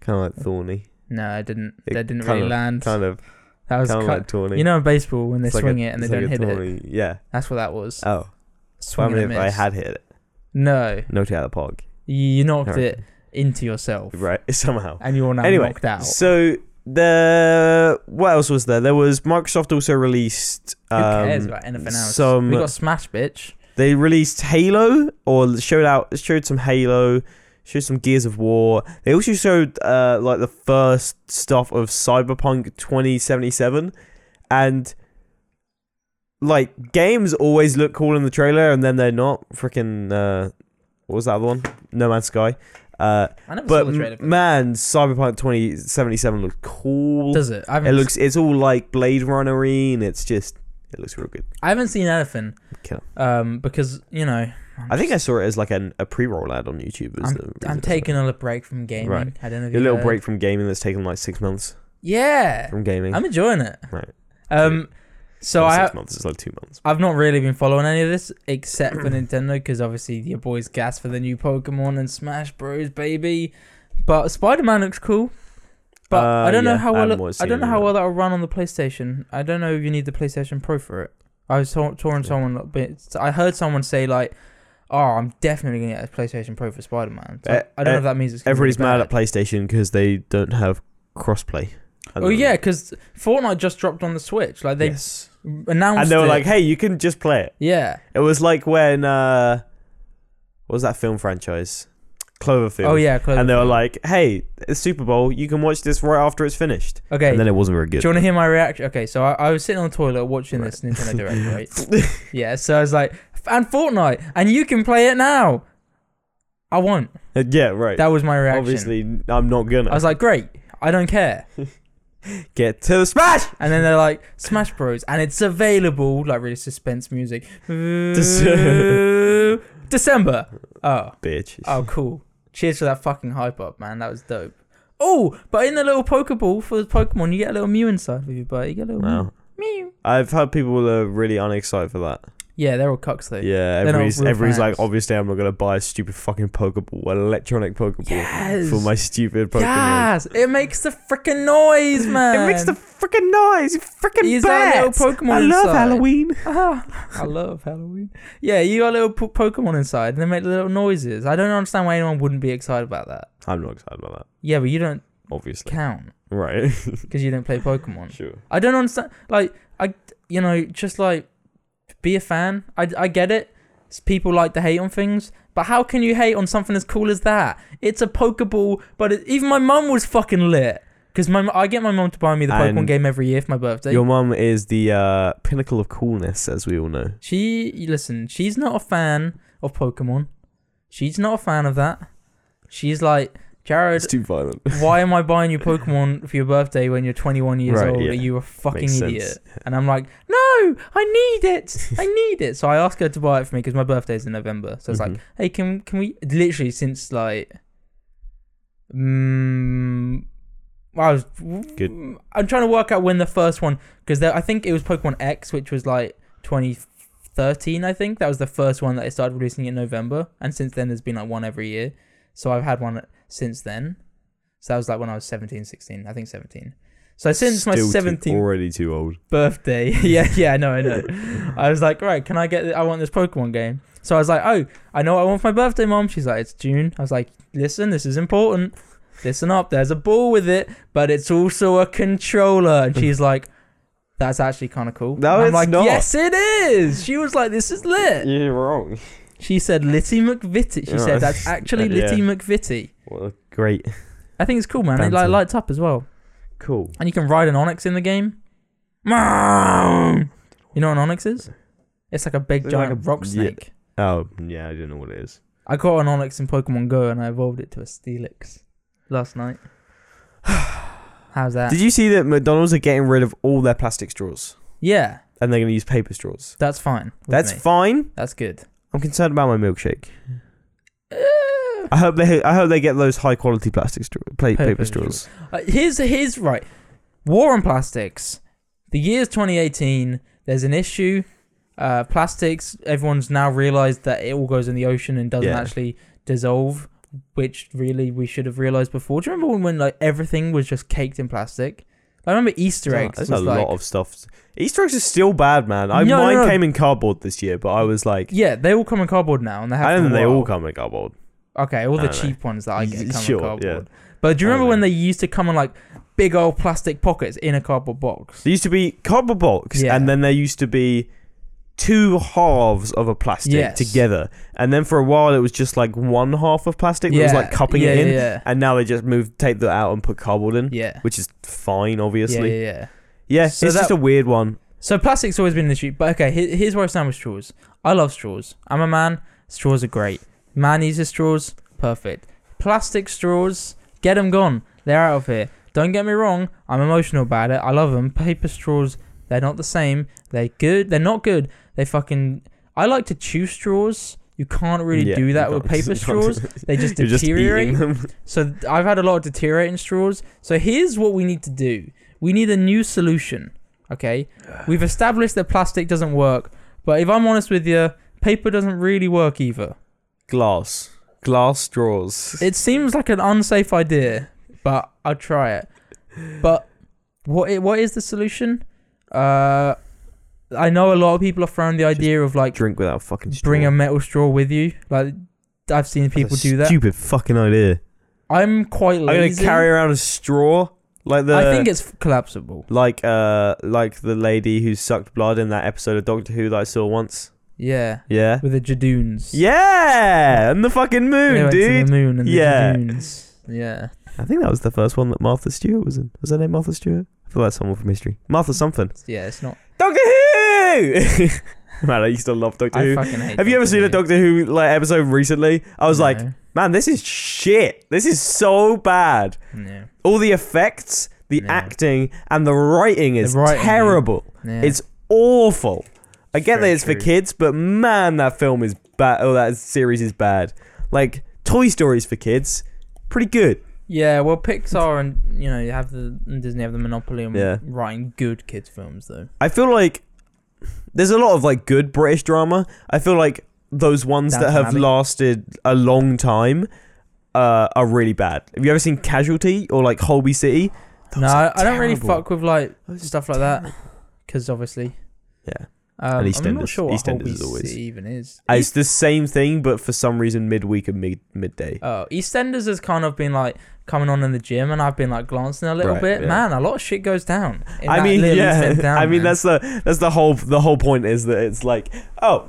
[SPEAKER 2] kind of like thorny,
[SPEAKER 1] no, I didn't.
[SPEAKER 2] It
[SPEAKER 1] That didn't
[SPEAKER 2] kind
[SPEAKER 1] really
[SPEAKER 2] of-
[SPEAKER 1] land.
[SPEAKER 2] kind of,
[SPEAKER 1] that was
[SPEAKER 2] kind of
[SPEAKER 1] kind
[SPEAKER 2] like tawny.
[SPEAKER 1] You know, in baseball when they
[SPEAKER 2] It's like a-
[SPEAKER 1] swing it and they
[SPEAKER 2] it's like
[SPEAKER 1] don't
[SPEAKER 2] a
[SPEAKER 1] hit it.
[SPEAKER 2] tawny- Yeah.
[SPEAKER 1] That's what that was.
[SPEAKER 2] Oh,
[SPEAKER 1] Swing
[SPEAKER 2] well, I mean,
[SPEAKER 1] and
[SPEAKER 2] if
[SPEAKER 1] a
[SPEAKER 2] I
[SPEAKER 1] miss.
[SPEAKER 2] had hit it,
[SPEAKER 1] No,
[SPEAKER 2] knocked it out of the park,
[SPEAKER 1] you knocked
[SPEAKER 2] Alright.
[SPEAKER 1] it into yourself,
[SPEAKER 2] right? [laughs] Somehow.
[SPEAKER 1] and you're now
[SPEAKER 2] Anyway,
[SPEAKER 1] knocked out.
[SPEAKER 2] So the what else was there? There was Microsoft also released.
[SPEAKER 1] Who
[SPEAKER 2] Um,
[SPEAKER 1] cares about anything else?
[SPEAKER 2] Some
[SPEAKER 1] we got Smash, bitch.
[SPEAKER 2] they released Halo or showed out showed some Halo, showed some Gears of War. They also showed uh, like the first stuff of Cyberpunk 2077 and like games always look cool in the trailer and then they're not freaking uh what was that other one? No Man's Sky. Uh
[SPEAKER 1] I never
[SPEAKER 2] but
[SPEAKER 1] saw the trailer. for
[SPEAKER 2] m- man, Cyberpunk 2077 looks cool.
[SPEAKER 1] that. Does it? I haven't,
[SPEAKER 2] it looks it's all like Blade Runnery and it's just it looks real good.
[SPEAKER 1] I haven't seen anything.
[SPEAKER 2] Killer.
[SPEAKER 1] Um, because you know, I'm
[SPEAKER 2] I think I
[SPEAKER 1] just-
[SPEAKER 2] saw it as like an, a pre-roll ad on YouTube. As the reason I saw
[SPEAKER 1] I'm
[SPEAKER 2] it.
[SPEAKER 1] taking uh, a little break from gaming.
[SPEAKER 2] Right.
[SPEAKER 1] I don't know. if
[SPEAKER 2] a
[SPEAKER 1] you
[SPEAKER 2] little
[SPEAKER 1] heard.
[SPEAKER 2] break from gaming that's taken like six months
[SPEAKER 1] Yeah,
[SPEAKER 2] from gaming.
[SPEAKER 1] I'm enjoying it.
[SPEAKER 2] Right.
[SPEAKER 1] Um, so
[SPEAKER 2] Not
[SPEAKER 1] I
[SPEAKER 2] six months. It's like two months.
[SPEAKER 1] I've not really been following any of this except for Nintendo because obviously your boys gas for the new Pokemon and Smash Bros. Baby. But Spider Man looks cool. But I
[SPEAKER 2] Uh,
[SPEAKER 1] don't know
[SPEAKER 2] yeah,
[SPEAKER 1] how
[SPEAKER 2] I
[SPEAKER 1] well
[SPEAKER 2] haven't
[SPEAKER 1] it-
[SPEAKER 2] watched
[SPEAKER 1] I don't
[SPEAKER 2] any
[SPEAKER 1] know
[SPEAKER 2] of
[SPEAKER 1] how
[SPEAKER 2] it.
[SPEAKER 1] well that'll run on the PlayStation. I don't know if you need the PlayStation Pro for it. I was ta- touring
[SPEAKER 2] Yeah.
[SPEAKER 1] someone. a bit- I heard someone say like, "Oh, I'm definitely gonna get a PlayStation Pro for Spider Man." So
[SPEAKER 2] Eh,
[SPEAKER 1] I don't know
[SPEAKER 2] eh,
[SPEAKER 1] if that means it's gonna be
[SPEAKER 2] Everybody's mad
[SPEAKER 1] bad.
[SPEAKER 2] at PlayStation because they don't have crossplay. at the
[SPEAKER 1] Oh yeah,
[SPEAKER 2] moment.
[SPEAKER 1] because Fortnite just dropped on the Switch. Like they
[SPEAKER 2] yes.
[SPEAKER 1] announced
[SPEAKER 2] and they were
[SPEAKER 1] it.
[SPEAKER 2] like, "Hey, you can just play it."
[SPEAKER 1] "Yeah,
[SPEAKER 2] It was like when uh, what was that film franchise? Cloverfield.
[SPEAKER 1] oh yeah." Clover.
[SPEAKER 2] And they were like, "Hey, it's Super Bowl. You can watch this right after it's finished."
[SPEAKER 1] "Okay,
[SPEAKER 2] And then it wasn't very good.
[SPEAKER 1] Do you want to hear my reaction? Okay, so I, I was sitting on the toilet watching
[SPEAKER 2] Right.
[SPEAKER 1] this Nintendo
[SPEAKER 2] [laughs]
[SPEAKER 1] Direct, right? yeah, so I was like, and Fortnite, and you can play it now. I won't.
[SPEAKER 2] Uh, yeah, right.
[SPEAKER 1] That was my reaction.
[SPEAKER 2] Obviously, I'm not gonna
[SPEAKER 1] I was like, great, I don't care.
[SPEAKER 2] get to the smash.
[SPEAKER 1] And then they're like, Smash Bros. And it's available, like really suspense
[SPEAKER 2] [laughs]
[SPEAKER 1] music.
[SPEAKER 2] Dece-
[SPEAKER 1] December. Oh,
[SPEAKER 2] Bitch.
[SPEAKER 1] oh, cool. Cheers for that fucking hype up, man. That was dope. Oh, but in the little Pokeball for the Pokemon, you get a little Mew inside with you, but you get a little
[SPEAKER 2] Wow.
[SPEAKER 1] Mew. Mew.
[SPEAKER 2] I've heard people are really unexcited for that.
[SPEAKER 1] Yeah, they're all cucks though.
[SPEAKER 2] Yeah,
[SPEAKER 1] not
[SPEAKER 2] everybody's
[SPEAKER 1] real
[SPEAKER 2] everybody's like,
[SPEAKER 1] fans.
[SPEAKER 2] obviously, I'm not gonna buy a stupid fucking Pokeball, electronic Pokeball
[SPEAKER 1] Yes.
[SPEAKER 2] for my stupid Pokemon.
[SPEAKER 1] Yes, it makes the freaking noise, man.
[SPEAKER 2] [laughs] It makes the freaking noise. You freaking
[SPEAKER 1] He's our
[SPEAKER 2] bats.
[SPEAKER 1] little Pokemon
[SPEAKER 2] I love
[SPEAKER 1] inside.
[SPEAKER 2] Halloween.
[SPEAKER 1] [laughs] Ah, I love Halloween. Yeah, you got little po- Pokemon inside, and they make little noises. I don't understand why anyone wouldn't be excited about that.
[SPEAKER 2] I'm not excited about that,
[SPEAKER 1] Yeah, but you don't
[SPEAKER 2] obviously.
[SPEAKER 1] count
[SPEAKER 2] Right. [laughs]
[SPEAKER 1] because you don't play Pokemon.
[SPEAKER 2] sure.
[SPEAKER 1] I don't understand. Like, I, you know, just like be a fan. I, I get it. S- People like to hate on things, but how can you hate on something as cool as that? It's a Pokeball, but it, even my mum was fucking lit because my m- I get my mum to buy me the Pokemon
[SPEAKER 2] And
[SPEAKER 1] game every year for my birthday.
[SPEAKER 2] Your mum is the uh, pinnacle of coolness, as we all know.
[SPEAKER 1] She listen, she's not a fan of Pokemon. She's not a fan of that. She's like, Jared,
[SPEAKER 2] [laughs] It's too violent.
[SPEAKER 1] why am I buying you Pokemon for your birthday when you're 21 years
[SPEAKER 2] Right,
[SPEAKER 1] old?
[SPEAKER 2] yeah.
[SPEAKER 1] Are you a fucking
[SPEAKER 2] Makes
[SPEAKER 1] idiot?
[SPEAKER 2] sense.
[SPEAKER 1] And I'm like, no, I need it. I need it. So I ask her to buy it for me because my birthday's in November. So it's like,
[SPEAKER 2] Mhm.
[SPEAKER 1] hey, can can we literally since like, mm, I was
[SPEAKER 2] Good.
[SPEAKER 1] I'm trying to work out when the first one because I think it was Pokemon X, which was like 2013. I think that was the first one that they started releasing in November, and since then there's been like one every year. So I've had one since then. So that was like when I was 17, 16. I think 17. So since my
[SPEAKER 2] Still too-
[SPEAKER 1] 17th
[SPEAKER 2] already too old.
[SPEAKER 1] birthday. [laughs] yeah, yeah, I know, I
[SPEAKER 2] [laughs]
[SPEAKER 1] know. I was like, right, can I get? I want this Pokemon game. So I was like, oh, I know what I want for my birthday, mom. She's like, it's June. I was like, listen, this is important. Listen up. There's a ball with it, but it's also a controller. And
[SPEAKER 2] [laughs]
[SPEAKER 1] she's like, that's actually kind of cool.
[SPEAKER 2] No,
[SPEAKER 1] and I'm
[SPEAKER 2] it's
[SPEAKER 1] like,
[SPEAKER 2] not.
[SPEAKER 1] yes, it is. She was like, this is lit.
[SPEAKER 2] You're wrong.
[SPEAKER 1] She said, Litty McVitty. She
[SPEAKER 2] Yeah.
[SPEAKER 1] said, that's actually
[SPEAKER 2] [laughs] Yeah.
[SPEAKER 1] Litty McVitty.
[SPEAKER 2] What a great,
[SPEAKER 1] I think it's cool, man. It like
[SPEAKER 2] Banter.
[SPEAKER 1] lights up as well,
[SPEAKER 2] cool.
[SPEAKER 1] and you can ride an Onyx in the game. Meow. You know what an onyx is? It's like a big
[SPEAKER 2] It's like
[SPEAKER 1] giant
[SPEAKER 2] a-
[SPEAKER 1] rock
[SPEAKER 2] yeah.
[SPEAKER 1] snake.
[SPEAKER 2] Oh yeah, I don't know what it is.
[SPEAKER 1] I caught an onyx in Pokemon Go and I evolved it to a Steelix last night. [sighs] How's that?
[SPEAKER 2] Did you see that McDonald's are getting rid of all their plastic straws
[SPEAKER 1] yeah,
[SPEAKER 2] and they're going to use paper straws?
[SPEAKER 1] that's fine. with
[SPEAKER 2] That's
[SPEAKER 1] me.
[SPEAKER 2] fine.
[SPEAKER 1] that's good.
[SPEAKER 2] I'm concerned about my milkshake. I hope they I hope they get those high quality plastic straw, plate
[SPEAKER 1] Paper
[SPEAKER 2] paper,
[SPEAKER 1] straws.
[SPEAKER 2] straws.
[SPEAKER 1] Uh, here's here's right. War on plastics. The year's 2018. There's an issue. Uh, plastics. Everyone's now realised that it all goes in the ocean and doesn't
[SPEAKER 2] Yeah.
[SPEAKER 1] actually dissolve, which really we should have realised before. Do you remember when, when like everything was just caked in plastic? I remember Easter eggs.
[SPEAKER 2] There's
[SPEAKER 1] was
[SPEAKER 2] a
[SPEAKER 1] like,
[SPEAKER 2] lot of stuff. Easter eggs are still bad, man. I
[SPEAKER 1] No, no,
[SPEAKER 2] mine
[SPEAKER 1] no.
[SPEAKER 2] came in cardboard this year, but I was like,
[SPEAKER 1] Yeah, they all come in cardboard now, and they have.
[SPEAKER 2] I
[SPEAKER 1] for
[SPEAKER 2] don't
[SPEAKER 1] a
[SPEAKER 2] think they
[SPEAKER 1] while.
[SPEAKER 2] all come in cardboard.
[SPEAKER 1] Okay, all
[SPEAKER 2] I
[SPEAKER 1] the
[SPEAKER 2] don't know.
[SPEAKER 1] cheap ones that I
[SPEAKER 2] [laughs]
[SPEAKER 1] get
[SPEAKER 2] Y-
[SPEAKER 1] come
[SPEAKER 2] sure,
[SPEAKER 1] in
[SPEAKER 2] yeah.
[SPEAKER 1] cardboard. But do you
[SPEAKER 2] I
[SPEAKER 1] remember
[SPEAKER 2] don't
[SPEAKER 1] when
[SPEAKER 2] know.
[SPEAKER 1] they used to come in like big old plastic pockets in a cardboard box?
[SPEAKER 2] There used to be cardboard box,
[SPEAKER 1] Yeah.
[SPEAKER 2] and then there used to be two halves of a plastic
[SPEAKER 1] Yes.
[SPEAKER 2] together, and then for a while it was just like one half of plastic that was like cupping
[SPEAKER 1] yeah,
[SPEAKER 2] it in,
[SPEAKER 1] Yeah, yeah.
[SPEAKER 2] and now they just move take that out and put cardboard in,
[SPEAKER 1] Yeah.
[SPEAKER 2] which is fine,
[SPEAKER 1] Yeah,
[SPEAKER 2] Mm-hmm. obviously. Yeah,
[SPEAKER 1] yeah, yeah. So
[SPEAKER 2] it's just
[SPEAKER 1] that-
[SPEAKER 2] a weird one.
[SPEAKER 1] So plastic's always been an issue, but okay, here, here's where I stand with straws. I love straws. I'm a man. Straws are great. Man uses straws. Perfect. Plastic straws, get 'em gone. They're out of here. Don't get me wrong. I'm emotional about it. I love 'em. Paper straws, they're not the same. They're good. They're not good. They fucking. I like to chew straws. You can't really
[SPEAKER 2] Yeah,
[SPEAKER 1] do
[SPEAKER 2] you
[SPEAKER 1] that with
[SPEAKER 2] can't- [laughs]
[SPEAKER 1] paper
[SPEAKER 2] you can't do
[SPEAKER 1] straws. They just
[SPEAKER 2] [laughs] You're just
[SPEAKER 1] deteriorate.
[SPEAKER 2] eating them. [laughs]
[SPEAKER 1] So th- I've had a lot of deteriorating straws. So here's what we need to do. We need a new solution.
[SPEAKER 2] [sighs]
[SPEAKER 1] Okay. We've established that plastic doesn't work, but if I'm honest with you, paper doesn't really work either.
[SPEAKER 2] glass glass straws
[SPEAKER 1] It seems like an unsafe idea, but I'll try it. But what i- what is the solution? Uh, I know a lot of people are throwing the idea of like
[SPEAKER 2] drink without fucking straw.
[SPEAKER 1] bring a metal straw with you. Like I've seen people
[SPEAKER 2] That's a
[SPEAKER 1] do that.
[SPEAKER 2] stupid fucking idea
[SPEAKER 1] I'm quite
[SPEAKER 2] i'm gonna
[SPEAKER 1] lazy.
[SPEAKER 2] carry around a straw like the
[SPEAKER 1] I think it's f- collapsible.
[SPEAKER 2] like uh like the lady who sucked blood in that episode of doctor who that i saw once
[SPEAKER 1] Yeah.
[SPEAKER 2] yeah
[SPEAKER 1] with the Jadoons.
[SPEAKER 2] yeah and the fucking moon
[SPEAKER 1] they went
[SPEAKER 2] dude
[SPEAKER 1] To the moon and
[SPEAKER 2] Yeah.
[SPEAKER 1] the Jadoons. Yeah.
[SPEAKER 2] i think that was the first one that martha stewart was in was her name martha stewart i feel like someone from history martha something
[SPEAKER 1] Yeah, it's not.
[SPEAKER 2] doctor who [laughs] man i used to love doctor
[SPEAKER 1] I
[SPEAKER 2] who
[SPEAKER 1] fucking hate
[SPEAKER 2] have you ever seen a Doctor Who like episode recently? I was like,
[SPEAKER 1] no.
[SPEAKER 2] man, this is shit. This is so bad.
[SPEAKER 1] No.
[SPEAKER 2] all the effects, the
[SPEAKER 1] Yeah.
[SPEAKER 2] acting, and the writing is
[SPEAKER 1] The writing,
[SPEAKER 2] terrible.
[SPEAKER 1] Yeah.
[SPEAKER 2] It's awful. I
[SPEAKER 1] It's
[SPEAKER 2] get that
[SPEAKER 1] very
[SPEAKER 2] it's for
[SPEAKER 1] true.
[SPEAKER 2] kids, but man, that film is bad. Oh, that series is bad. Like Toy Story's for kids, pretty good.
[SPEAKER 1] Yeah, well, Pixar and, you know, you have the. and Disney have the monopoly on
[SPEAKER 2] Yeah.
[SPEAKER 1] writing good kids' films, though.
[SPEAKER 2] I feel like there's a lot of like good British drama. I feel like those ones that
[SPEAKER 1] Downton
[SPEAKER 2] have
[SPEAKER 1] Abbey.
[SPEAKER 2] lasted a long time uh, are really bad. Have you ever seen Casualty or like Holby City? Those
[SPEAKER 1] no,
[SPEAKER 2] are
[SPEAKER 1] I, I don't really
[SPEAKER 2] terrible.
[SPEAKER 1] fuck with, like,
[SPEAKER 2] Those are
[SPEAKER 1] stuff like that. Because, obviously.
[SPEAKER 2] Yeah.
[SPEAKER 1] Um,
[SPEAKER 2] And
[SPEAKER 1] I'm not
[SPEAKER 2] EastEnders.
[SPEAKER 1] sure what
[SPEAKER 2] EastEnders
[SPEAKER 1] Holby
[SPEAKER 2] is always-
[SPEAKER 1] City even is. E-
[SPEAKER 2] Uh, It's the same thing, but for some reason midweek and mid midday.
[SPEAKER 1] Oh, EastEnders has kind of been like coming on in the gym, and I've been like glancing a little
[SPEAKER 2] Right,
[SPEAKER 1] bit.
[SPEAKER 2] yeah.
[SPEAKER 1] Man, a lot of shit goes down. in
[SPEAKER 2] I
[SPEAKER 1] that
[SPEAKER 2] mean,
[SPEAKER 1] little
[SPEAKER 2] yeah.
[SPEAKER 1] EastEnd town,
[SPEAKER 2] [laughs] I mean,
[SPEAKER 1] man.
[SPEAKER 2] that's the that's the whole the whole point is that it's like, oh,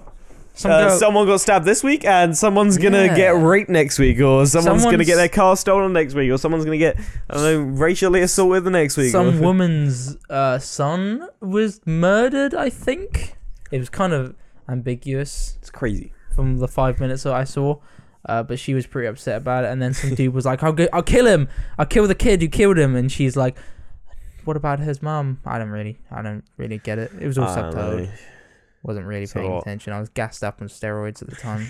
[SPEAKER 1] Some
[SPEAKER 2] uh,
[SPEAKER 1] girl-
[SPEAKER 2] someone got stabbed this week, and someone's gonna
[SPEAKER 1] Yeah.
[SPEAKER 2] get raped next week, or someone's, gonna get
[SPEAKER 1] Someone's-
[SPEAKER 2] their car stolen next week, or someone's gonna get I don't know racially assaulted the next week. [laughs]
[SPEAKER 1] some
[SPEAKER 2] or,
[SPEAKER 1] woman's uh, son was murdered. I think it was kind of ambiguous
[SPEAKER 2] it's crazy.
[SPEAKER 1] from the five minutes that I saw, uh, but she was pretty upset about it. And then
[SPEAKER 2] [laughs]
[SPEAKER 1] some dude was like, "I'll go, I'll kill him. I'll kill the kid who killed him." And she's like, "What about his mum? I don't really, I don't really get it. It was all
[SPEAKER 2] I don't
[SPEAKER 1] subtitled. Wasn't really
[SPEAKER 2] So
[SPEAKER 1] paying
[SPEAKER 2] what?
[SPEAKER 1] attention. I was gassed up on steroids at the
[SPEAKER 2] [laughs]
[SPEAKER 1] time.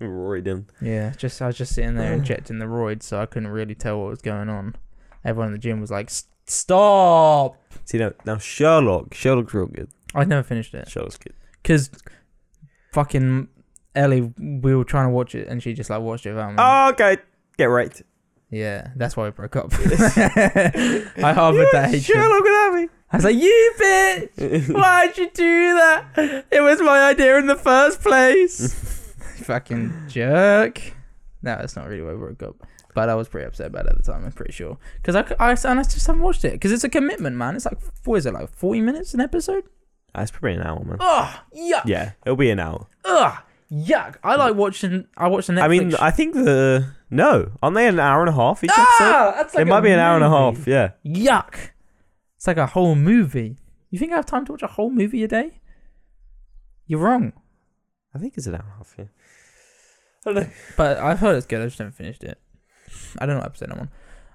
[SPEAKER 2] know. Roy didn't.
[SPEAKER 1] Yeah, just I was just sitting there injecting the roids, so I couldn't really tell what was going on. Everyone in the gym was like, "S- "Stop."
[SPEAKER 2] See now, now Sherlock. Sherlock's real good.
[SPEAKER 1] I'd never finished it.
[SPEAKER 2] Sherlock's good.
[SPEAKER 1] Because fucking Ellie, we were trying to watch it and she just like watched it without me.
[SPEAKER 2] Oh, okay, get right.
[SPEAKER 1] Yeah, that's why we broke [laughs] up. I harbored that hatred.
[SPEAKER 2] Sherlock
[SPEAKER 1] [laughs]
[SPEAKER 2] without me.
[SPEAKER 1] I was like, you bitch! Why'd you do that? It was my idea in the first place! [laughs] fucking jerk. No, that's not really why we broke up. But I was pretty upset about it at the time, I'm pretty sure. Because I, c- I, and I just haven't watched it. Because it's a commitment, man. It's like, what is it, like 40 minutes an episode?
[SPEAKER 2] That's ah, probably an hour, man.
[SPEAKER 1] Ugh, yuck!
[SPEAKER 2] Yeah, it'll be an hour.
[SPEAKER 1] Ugh, yuck! I like watching, I watch the Netflix
[SPEAKER 2] I mean, I think the no, aren't they an hour and a half each episode?
[SPEAKER 1] Ah, that's like
[SPEAKER 2] it might
[SPEAKER 1] a
[SPEAKER 2] be an hour and a
[SPEAKER 1] movie.
[SPEAKER 2] half. Yeah.
[SPEAKER 1] Yuck! It's like a whole movie. You think I have time to watch a whole movie a day? You're wrong.
[SPEAKER 2] I think it's an hour and a half. Yeah. I don't know.
[SPEAKER 1] But I've heard it's good. I just haven't finished it. I don't know what episode I'm on.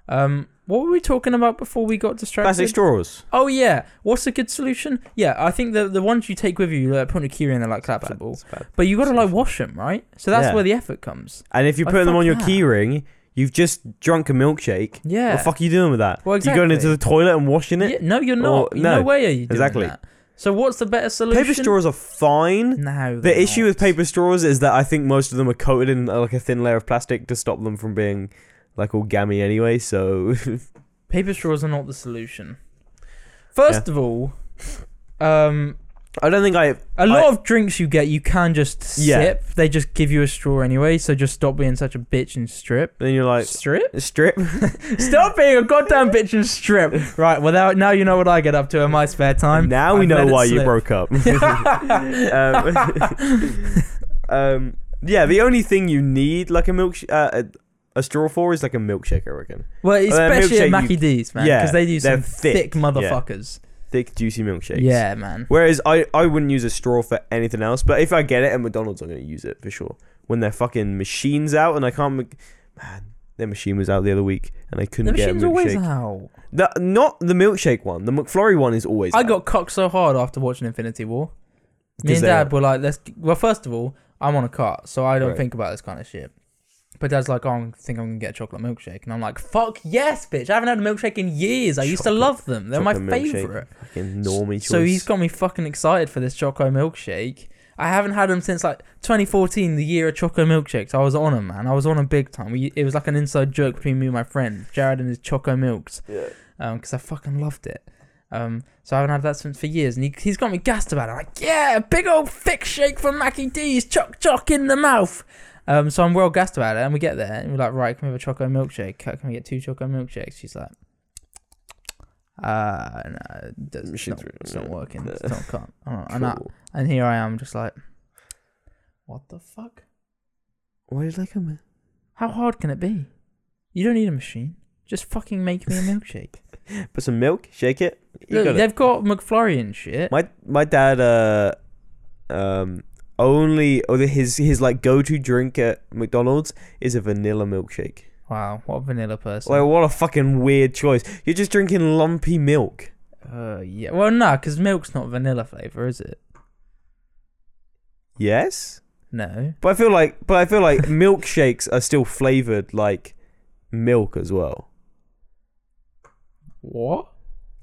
[SPEAKER 1] Um, What were we talking about before we got distracted?
[SPEAKER 2] Plastic straws.
[SPEAKER 1] oh yeah, what's a good solution? Yeah, I think the the ones you take with you, like put in a key in, they're like collapsible.
[SPEAKER 2] That's bad.
[SPEAKER 1] But you got to like wash them, right? So that's
[SPEAKER 2] Yeah.
[SPEAKER 1] where the effort comes.
[SPEAKER 2] And if you're
[SPEAKER 1] Oh,
[SPEAKER 2] putting them
[SPEAKER 1] fuck
[SPEAKER 2] on your
[SPEAKER 1] that.
[SPEAKER 2] key ring, you've just drunk a milkshake. What
[SPEAKER 1] Yeah.
[SPEAKER 2] the fuck are you doing with that?
[SPEAKER 1] Well,
[SPEAKER 2] You're going into
[SPEAKER 1] exactly.
[SPEAKER 2] the toilet and washing it?
[SPEAKER 1] Yeah, no, you're
[SPEAKER 2] Or-
[SPEAKER 1] not. no.
[SPEAKER 2] no,
[SPEAKER 1] way are you doing
[SPEAKER 2] exactly.
[SPEAKER 1] that. So what's the better solution?
[SPEAKER 2] Paper straws are fine.
[SPEAKER 1] No.
[SPEAKER 2] The issue with paper straws is that I think most of them are coated in uh, like a thin layer of plastic to stop them from being like all gammy anyway. So [laughs]
[SPEAKER 1] paper straws are not the solution. First of all, um,
[SPEAKER 2] I don't think I.
[SPEAKER 1] a lot of drinks you get, you can just
[SPEAKER 2] Yeah.
[SPEAKER 1] sip. They just give you a straw anyway. So just stop being such a bitch and strip.
[SPEAKER 2] Then you're like
[SPEAKER 1] strip?
[SPEAKER 2] strip.
[SPEAKER 1] Stop being a goddamn bitch and
[SPEAKER 2] [laughs]
[SPEAKER 1] strip. Right. Well, now, now you know what I get up to in my spare time.
[SPEAKER 2] now we
[SPEAKER 1] I've
[SPEAKER 2] know
[SPEAKER 1] let it
[SPEAKER 2] why you
[SPEAKER 1] slip.
[SPEAKER 2] broke up. [laughs] um, [laughs] um, yeah, the only thing you need like a milkshake, uh, a, a straw for is like a milkshake. I reckon.
[SPEAKER 1] Well, especially at
[SPEAKER 2] milkshake,
[SPEAKER 1] Mackie D's, man,
[SPEAKER 2] yeah,
[SPEAKER 1] because they do
[SPEAKER 2] they're
[SPEAKER 1] some thick,
[SPEAKER 2] thick, yeah.
[SPEAKER 1] motherfuckers.
[SPEAKER 2] Thick juicy milkshakes.
[SPEAKER 1] Yeah, man.
[SPEAKER 2] Whereas I, I wouldn't use a straw for anything else, but if I get it at McDonald's, I'm gonna use it for sure. When their fucking machine's out and I can't, make, man, their machine was out the other week and I couldn't
[SPEAKER 1] The
[SPEAKER 2] get a
[SPEAKER 1] machine's always
[SPEAKER 2] milkshake.
[SPEAKER 1] out.
[SPEAKER 2] The, not the milkshake one. The McFlurry one is always.
[SPEAKER 1] I
[SPEAKER 2] out.
[SPEAKER 1] got cocked so hard after watching Infinity War. Me
[SPEAKER 2] Is
[SPEAKER 1] and
[SPEAKER 2] there-
[SPEAKER 1] Dad were like, "Let's." Well, first of all, I'm on a cart, so I don't
[SPEAKER 2] Right.
[SPEAKER 1] think about this kind of shit. But Dad's like, oh, "I think I'm gonna get a chocolate milkshake," and I'm like, "Fuck yes, bitch! I haven't had a milkshake in years. I used to
[SPEAKER 2] Chocolate-
[SPEAKER 1] love them. They're my
[SPEAKER 2] chocolate milkshake.
[SPEAKER 1] favorite."
[SPEAKER 2] fucking normie choice.
[SPEAKER 1] So he's got me fucking excited for this choco milkshake. I haven't had them since like 2014, the year of choco milkshakes. I was on them, man. I was on them big time. We, it was like an inside joke between me and my friend Jared and his choco milks
[SPEAKER 3] Yeah.
[SPEAKER 1] because Um, I fucking loved it. Um, so I haven't had that since for years, and he, he's got me gassed about it. Like, yeah, big old thick shake from Mackie D's, chock chock in the mouth. Um, so I'm well gassed about it, and we get there, and we're like, right, can we have a choco milkshake? Can can we get two choco milkshakes? She's like, uh, no, it does- it's
[SPEAKER 2] Machine's
[SPEAKER 1] not,
[SPEAKER 2] really-
[SPEAKER 1] it's not
[SPEAKER 2] yeah.
[SPEAKER 1] working.
[SPEAKER 2] [laughs]
[SPEAKER 1] It's not, can't. Oh, and, I,
[SPEAKER 2] Cool.
[SPEAKER 1] and here I am, just like, what the fuck?
[SPEAKER 2] Why did I come? in?
[SPEAKER 1] How hard can it be? You don't need a machine. Just fucking make
[SPEAKER 2] [laughs]
[SPEAKER 1] me a milkshake.
[SPEAKER 2] Put some milk, shake it. You
[SPEAKER 1] Look,
[SPEAKER 2] got it.
[SPEAKER 1] they've got McFlurry and shit.
[SPEAKER 2] My my dad uh um only or the- his his like go to drink at McDonald's is a vanilla milkshake.
[SPEAKER 1] Wow, what a vanilla person.
[SPEAKER 2] Like what a fucking weird choice. You're just drinking lumpy milk.
[SPEAKER 1] uh, yeah. Well, no, because milk's not vanilla flavor, is it?
[SPEAKER 2] Yes?
[SPEAKER 1] No.
[SPEAKER 2] But I feel like but I feel like milkshakes are still flavored like milk as well.
[SPEAKER 1] What?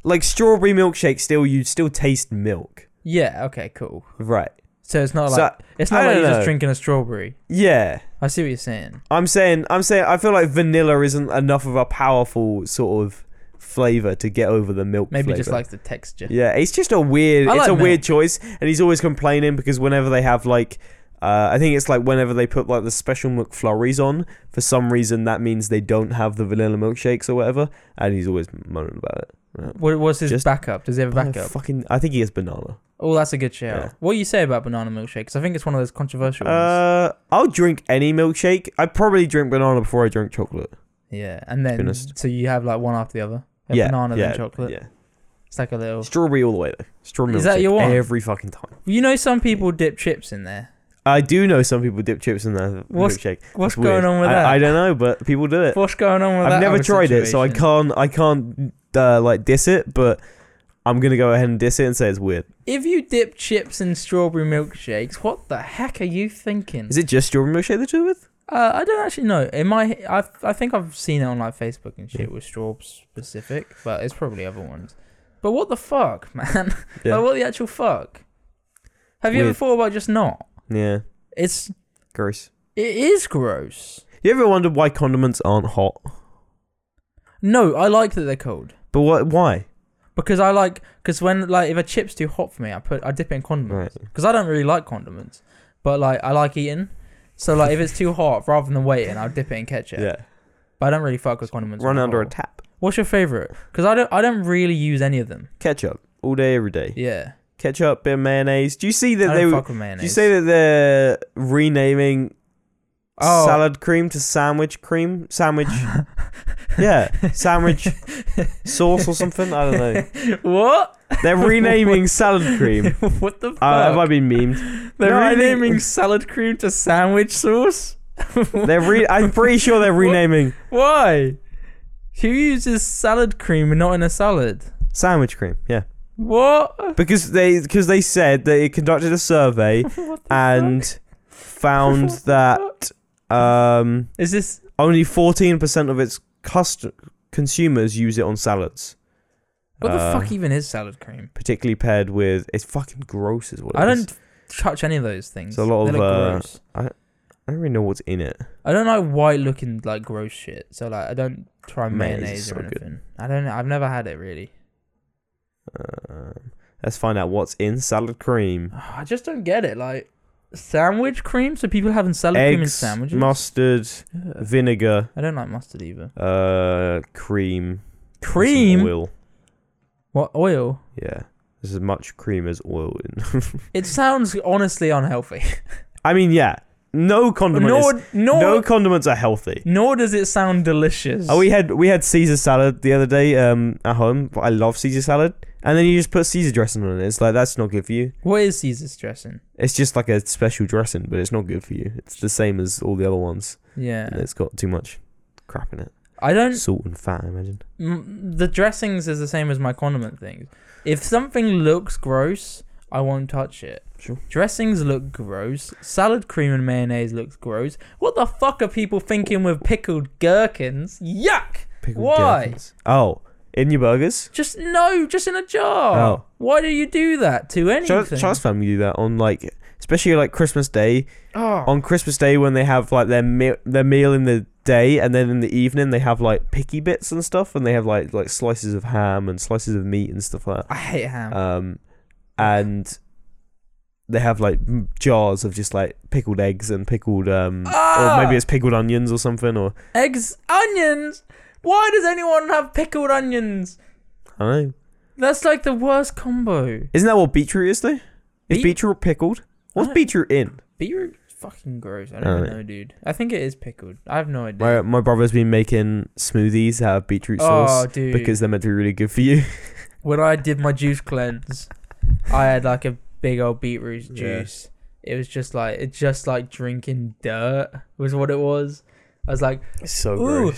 [SPEAKER 2] Like strawberry milkshake still you still taste milk.
[SPEAKER 1] Yeah. Okay. Cool.
[SPEAKER 2] Right.
[SPEAKER 1] So it's not
[SPEAKER 2] So-
[SPEAKER 1] like it's not
[SPEAKER 2] I
[SPEAKER 1] like
[SPEAKER 2] don't
[SPEAKER 1] you're
[SPEAKER 2] know.
[SPEAKER 1] just drinking a strawberry.
[SPEAKER 2] Yeah.
[SPEAKER 1] I see what you're saying.
[SPEAKER 2] I'm saying I'm saying I feel like vanilla isn't enough of a powerful sort of flavor to get over the milk
[SPEAKER 1] Maybe he just
[SPEAKER 2] flavor.
[SPEAKER 1] likes the texture.
[SPEAKER 2] Yeah, it's just a weird.
[SPEAKER 1] I
[SPEAKER 2] it's
[SPEAKER 1] like
[SPEAKER 2] a
[SPEAKER 1] milk.
[SPEAKER 2] weird choice, and he's always complaining because whenever they have like, uh, I think it's like whenever they put like the special McFlurries on, for some reason that means they don't have the vanilla milkshakes or whatever, and he's always moaning about it.
[SPEAKER 1] What was his
[SPEAKER 2] Just
[SPEAKER 1] backup? Does he have a
[SPEAKER 2] Buy a
[SPEAKER 1] backup?
[SPEAKER 2] Fucking, I think he has banana.
[SPEAKER 1] oh, that's a good shout.
[SPEAKER 2] Yeah.
[SPEAKER 1] What do you say about banana milkshakes? I think it's one of those controversial ones.
[SPEAKER 2] Uh, I'll drink any milkshake. I probably drink banana before I drink chocolate.
[SPEAKER 1] Yeah, and
[SPEAKER 2] be
[SPEAKER 1] then
[SPEAKER 2] honest.
[SPEAKER 1] so you have like one after the other. A
[SPEAKER 2] yeah,
[SPEAKER 1] banana
[SPEAKER 2] yeah,
[SPEAKER 1] then chocolate.
[SPEAKER 2] Yeah,
[SPEAKER 1] It's like a little.
[SPEAKER 2] strawberry all the way though. Strawberry.
[SPEAKER 1] Is that
[SPEAKER 2] milkshake
[SPEAKER 1] your one?
[SPEAKER 2] Every fucking time.
[SPEAKER 1] You know, some people dip chips in there.
[SPEAKER 2] I do know some people dip chips in their
[SPEAKER 1] What's-
[SPEAKER 2] milkshake.
[SPEAKER 1] What's
[SPEAKER 2] It's weird.
[SPEAKER 1] going on with
[SPEAKER 2] I,
[SPEAKER 1] that?
[SPEAKER 2] I don't know, but people do it.
[SPEAKER 1] What's going on with that?
[SPEAKER 2] I've never
[SPEAKER 1] other
[SPEAKER 2] tried it, so I
[SPEAKER 1] situation?
[SPEAKER 2] can't I can't uh, like diss it, but I'm gonna go ahead and diss it and say it's weird.
[SPEAKER 1] If you dip chips in strawberry milkshakes, what the heck are you thinking?
[SPEAKER 2] Is it just strawberry milkshake that you're with?
[SPEAKER 1] Uh, I don't actually know. It might. I I think I've seen it on like Facebook and shit with straw specific, but it's probably other ones. But what the fuck, [laughs] man?
[SPEAKER 2] Yeah.
[SPEAKER 1] like, what the actual fuck? Have you ever
[SPEAKER 2] Weird.
[SPEAKER 1] thought about just not?
[SPEAKER 2] Yeah,
[SPEAKER 1] It's
[SPEAKER 2] gross.
[SPEAKER 1] it is gross.
[SPEAKER 2] You ever wondered why condiments aren't hot?
[SPEAKER 1] No, I like that they're cold
[SPEAKER 2] But what? Why?
[SPEAKER 1] because I like because when like if a chip's too hot for me, I put I dip it in condiments.
[SPEAKER 2] Right.
[SPEAKER 1] because I don't really like condiments, but like I like eating. So like if it's too hot, rather than waiting, I'll dip it in ketchup.
[SPEAKER 2] Yeah.
[SPEAKER 1] But I don't really fuck with condiments.
[SPEAKER 2] Run
[SPEAKER 1] on the
[SPEAKER 2] under a
[SPEAKER 1] whole.
[SPEAKER 2] tap.
[SPEAKER 1] What's your favorite? Because I don't I don't really use any of them.
[SPEAKER 2] Ketchup all day, every day.
[SPEAKER 1] Yeah.
[SPEAKER 2] Ketchup, bit of mayonnaise. Do you see that
[SPEAKER 1] I
[SPEAKER 2] they?
[SPEAKER 1] don't
[SPEAKER 2] Do
[SPEAKER 1] fuck with mayonnaise.
[SPEAKER 2] you say that they're renaming
[SPEAKER 1] Oh.
[SPEAKER 2] salad cream to sandwich cream?
[SPEAKER 1] [laughs]
[SPEAKER 2] Sandwich. yeah, sandwich sauce or something. I don't know.
[SPEAKER 1] [laughs] what?
[SPEAKER 2] They're renaming salad cream.
[SPEAKER 1] what the fuck?
[SPEAKER 2] Uh, have I been memed?
[SPEAKER 1] They're
[SPEAKER 2] No, I think-
[SPEAKER 1] renaming salad cream to sandwich sauce. [laughs]
[SPEAKER 2] They're re- I'm pretty sure they're renaming
[SPEAKER 1] Why? Who uses salad cream and not in a salad?
[SPEAKER 2] Sandwich cream, yeah.
[SPEAKER 1] What? [laughs]
[SPEAKER 2] Because they because they said they conducted a survey
[SPEAKER 1] What the
[SPEAKER 2] and
[SPEAKER 1] [laughs]
[SPEAKER 2] found
[SPEAKER 1] What
[SPEAKER 2] that um,
[SPEAKER 1] is this?
[SPEAKER 2] only 14% of its cust- consumers use it on salads.
[SPEAKER 1] What the
[SPEAKER 2] Uh,
[SPEAKER 1] fuck even is salad cream?
[SPEAKER 2] Particularly paired with it's fucking gross is what it
[SPEAKER 1] I
[SPEAKER 2] is.
[SPEAKER 1] don't touch any of those things.
[SPEAKER 2] It's a lot
[SPEAKER 1] They
[SPEAKER 2] of,
[SPEAKER 1] look
[SPEAKER 2] uh,
[SPEAKER 1] gross.
[SPEAKER 2] I don't really know what's in it.
[SPEAKER 1] I don't like white looking like gross shit. So like I don't try
[SPEAKER 2] Mayonnaise is
[SPEAKER 1] mayonnaise
[SPEAKER 2] so
[SPEAKER 1] or
[SPEAKER 2] good.
[SPEAKER 1] anything. I don't. know. I've never had it really. [sighs]
[SPEAKER 2] Um let's find out what's in salad cream.
[SPEAKER 1] I just don't get it. Like sandwich cream. So people having salad cream in
[SPEAKER 2] Eggs,
[SPEAKER 1] sandwiches.
[SPEAKER 2] mustard,
[SPEAKER 1] Ugh.
[SPEAKER 2] vinegar,
[SPEAKER 1] I don't like mustard either.
[SPEAKER 2] uh, cream, and some
[SPEAKER 1] Cream.
[SPEAKER 2] oil.
[SPEAKER 1] What oil?
[SPEAKER 2] Yeah, there's as much cream as oil in. [laughs]
[SPEAKER 1] It sounds honestly unhealthy.
[SPEAKER 2] I mean, yeah, no condiment. is-
[SPEAKER 1] nor nor
[SPEAKER 2] no condiments are healthy.
[SPEAKER 1] nor does it sound delicious.
[SPEAKER 2] Oh, we had we had Caesar salad the other day um, at home. But I love Caesar salad, and then you just put Caesar dressing on it. It's like that's not good for you.
[SPEAKER 1] What is Caesar's dressing?
[SPEAKER 2] It's just like a special dressing, but it's not good for you. It's the same as all the other ones. and
[SPEAKER 1] Yeah, Mm.
[SPEAKER 2] it's got too much crap in it,
[SPEAKER 1] I don't.
[SPEAKER 2] salt and fat. I imagine.
[SPEAKER 1] m- the dressings is the same as my condiment things. If something looks gross, I won't touch it.
[SPEAKER 2] Sure.
[SPEAKER 1] Dressings look gross. Salad cream and mayonnaise looks gross. What the fuck are people thinking with pickled gherkins? Yuck!
[SPEAKER 2] Pickled
[SPEAKER 1] Why?
[SPEAKER 2] gherkins. Oh, in your burgers.
[SPEAKER 1] Just no, just in a jar.
[SPEAKER 2] Oh.
[SPEAKER 1] Why do you do that to anything?
[SPEAKER 2] Charles, Charles family do that on like, especially like Christmas Day.
[SPEAKER 1] oh.
[SPEAKER 2] On Christmas Day, when they have like their meal, their meal in the day, and then in the evening they have like picky bits and stuff, and they have like like slices of ham and slices of meat and stuff like
[SPEAKER 1] I hate ham.
[SPEAKER 2] that. Um, and they have like m- jars of just like pickled eggs and pickled um,
[SPEAKER 1] Ah!
[SPEAKER 2] or maybe it's pickled onions or something, or
[SPEAKER 1] Eggs, onions. Why does anyone have pickled onions?
[SPEAKER 2] I don't know.
[SPEAKER 1] That's like the worst combo.
[SPEAKER 2] Isn't that what beetroot is though? Is
[SPEAKER 1] Beet-
[SPEAKER 2] beetroot pickled? What's
[SPEAKER 1] I-
[SPEAKER 2] beetroot in?
[SPEAKER 1] Beetroot fucking gross. I don't
[SPEAKER 2] Alright.
[SPEAKER 1] even know, dude. I think it is pickled. I have no idea.
[SPEAKER 2] My my brother's been making smoothies out of beetroot sauce.
[SPEAKER 1] Oh, dude.
[SPEAKER 2] because they're meant to be really good for you.
[SPEAKER 1] when I did my juice cleanse, I had like a big old beetroot
[SPEAKER 2] Yeah.
[SPEAKER 1] juice. It was just like it's just like drinking dirt was what it was. I was like,
[SPEAKER 2] so
[SPEAKER 1] Ooh.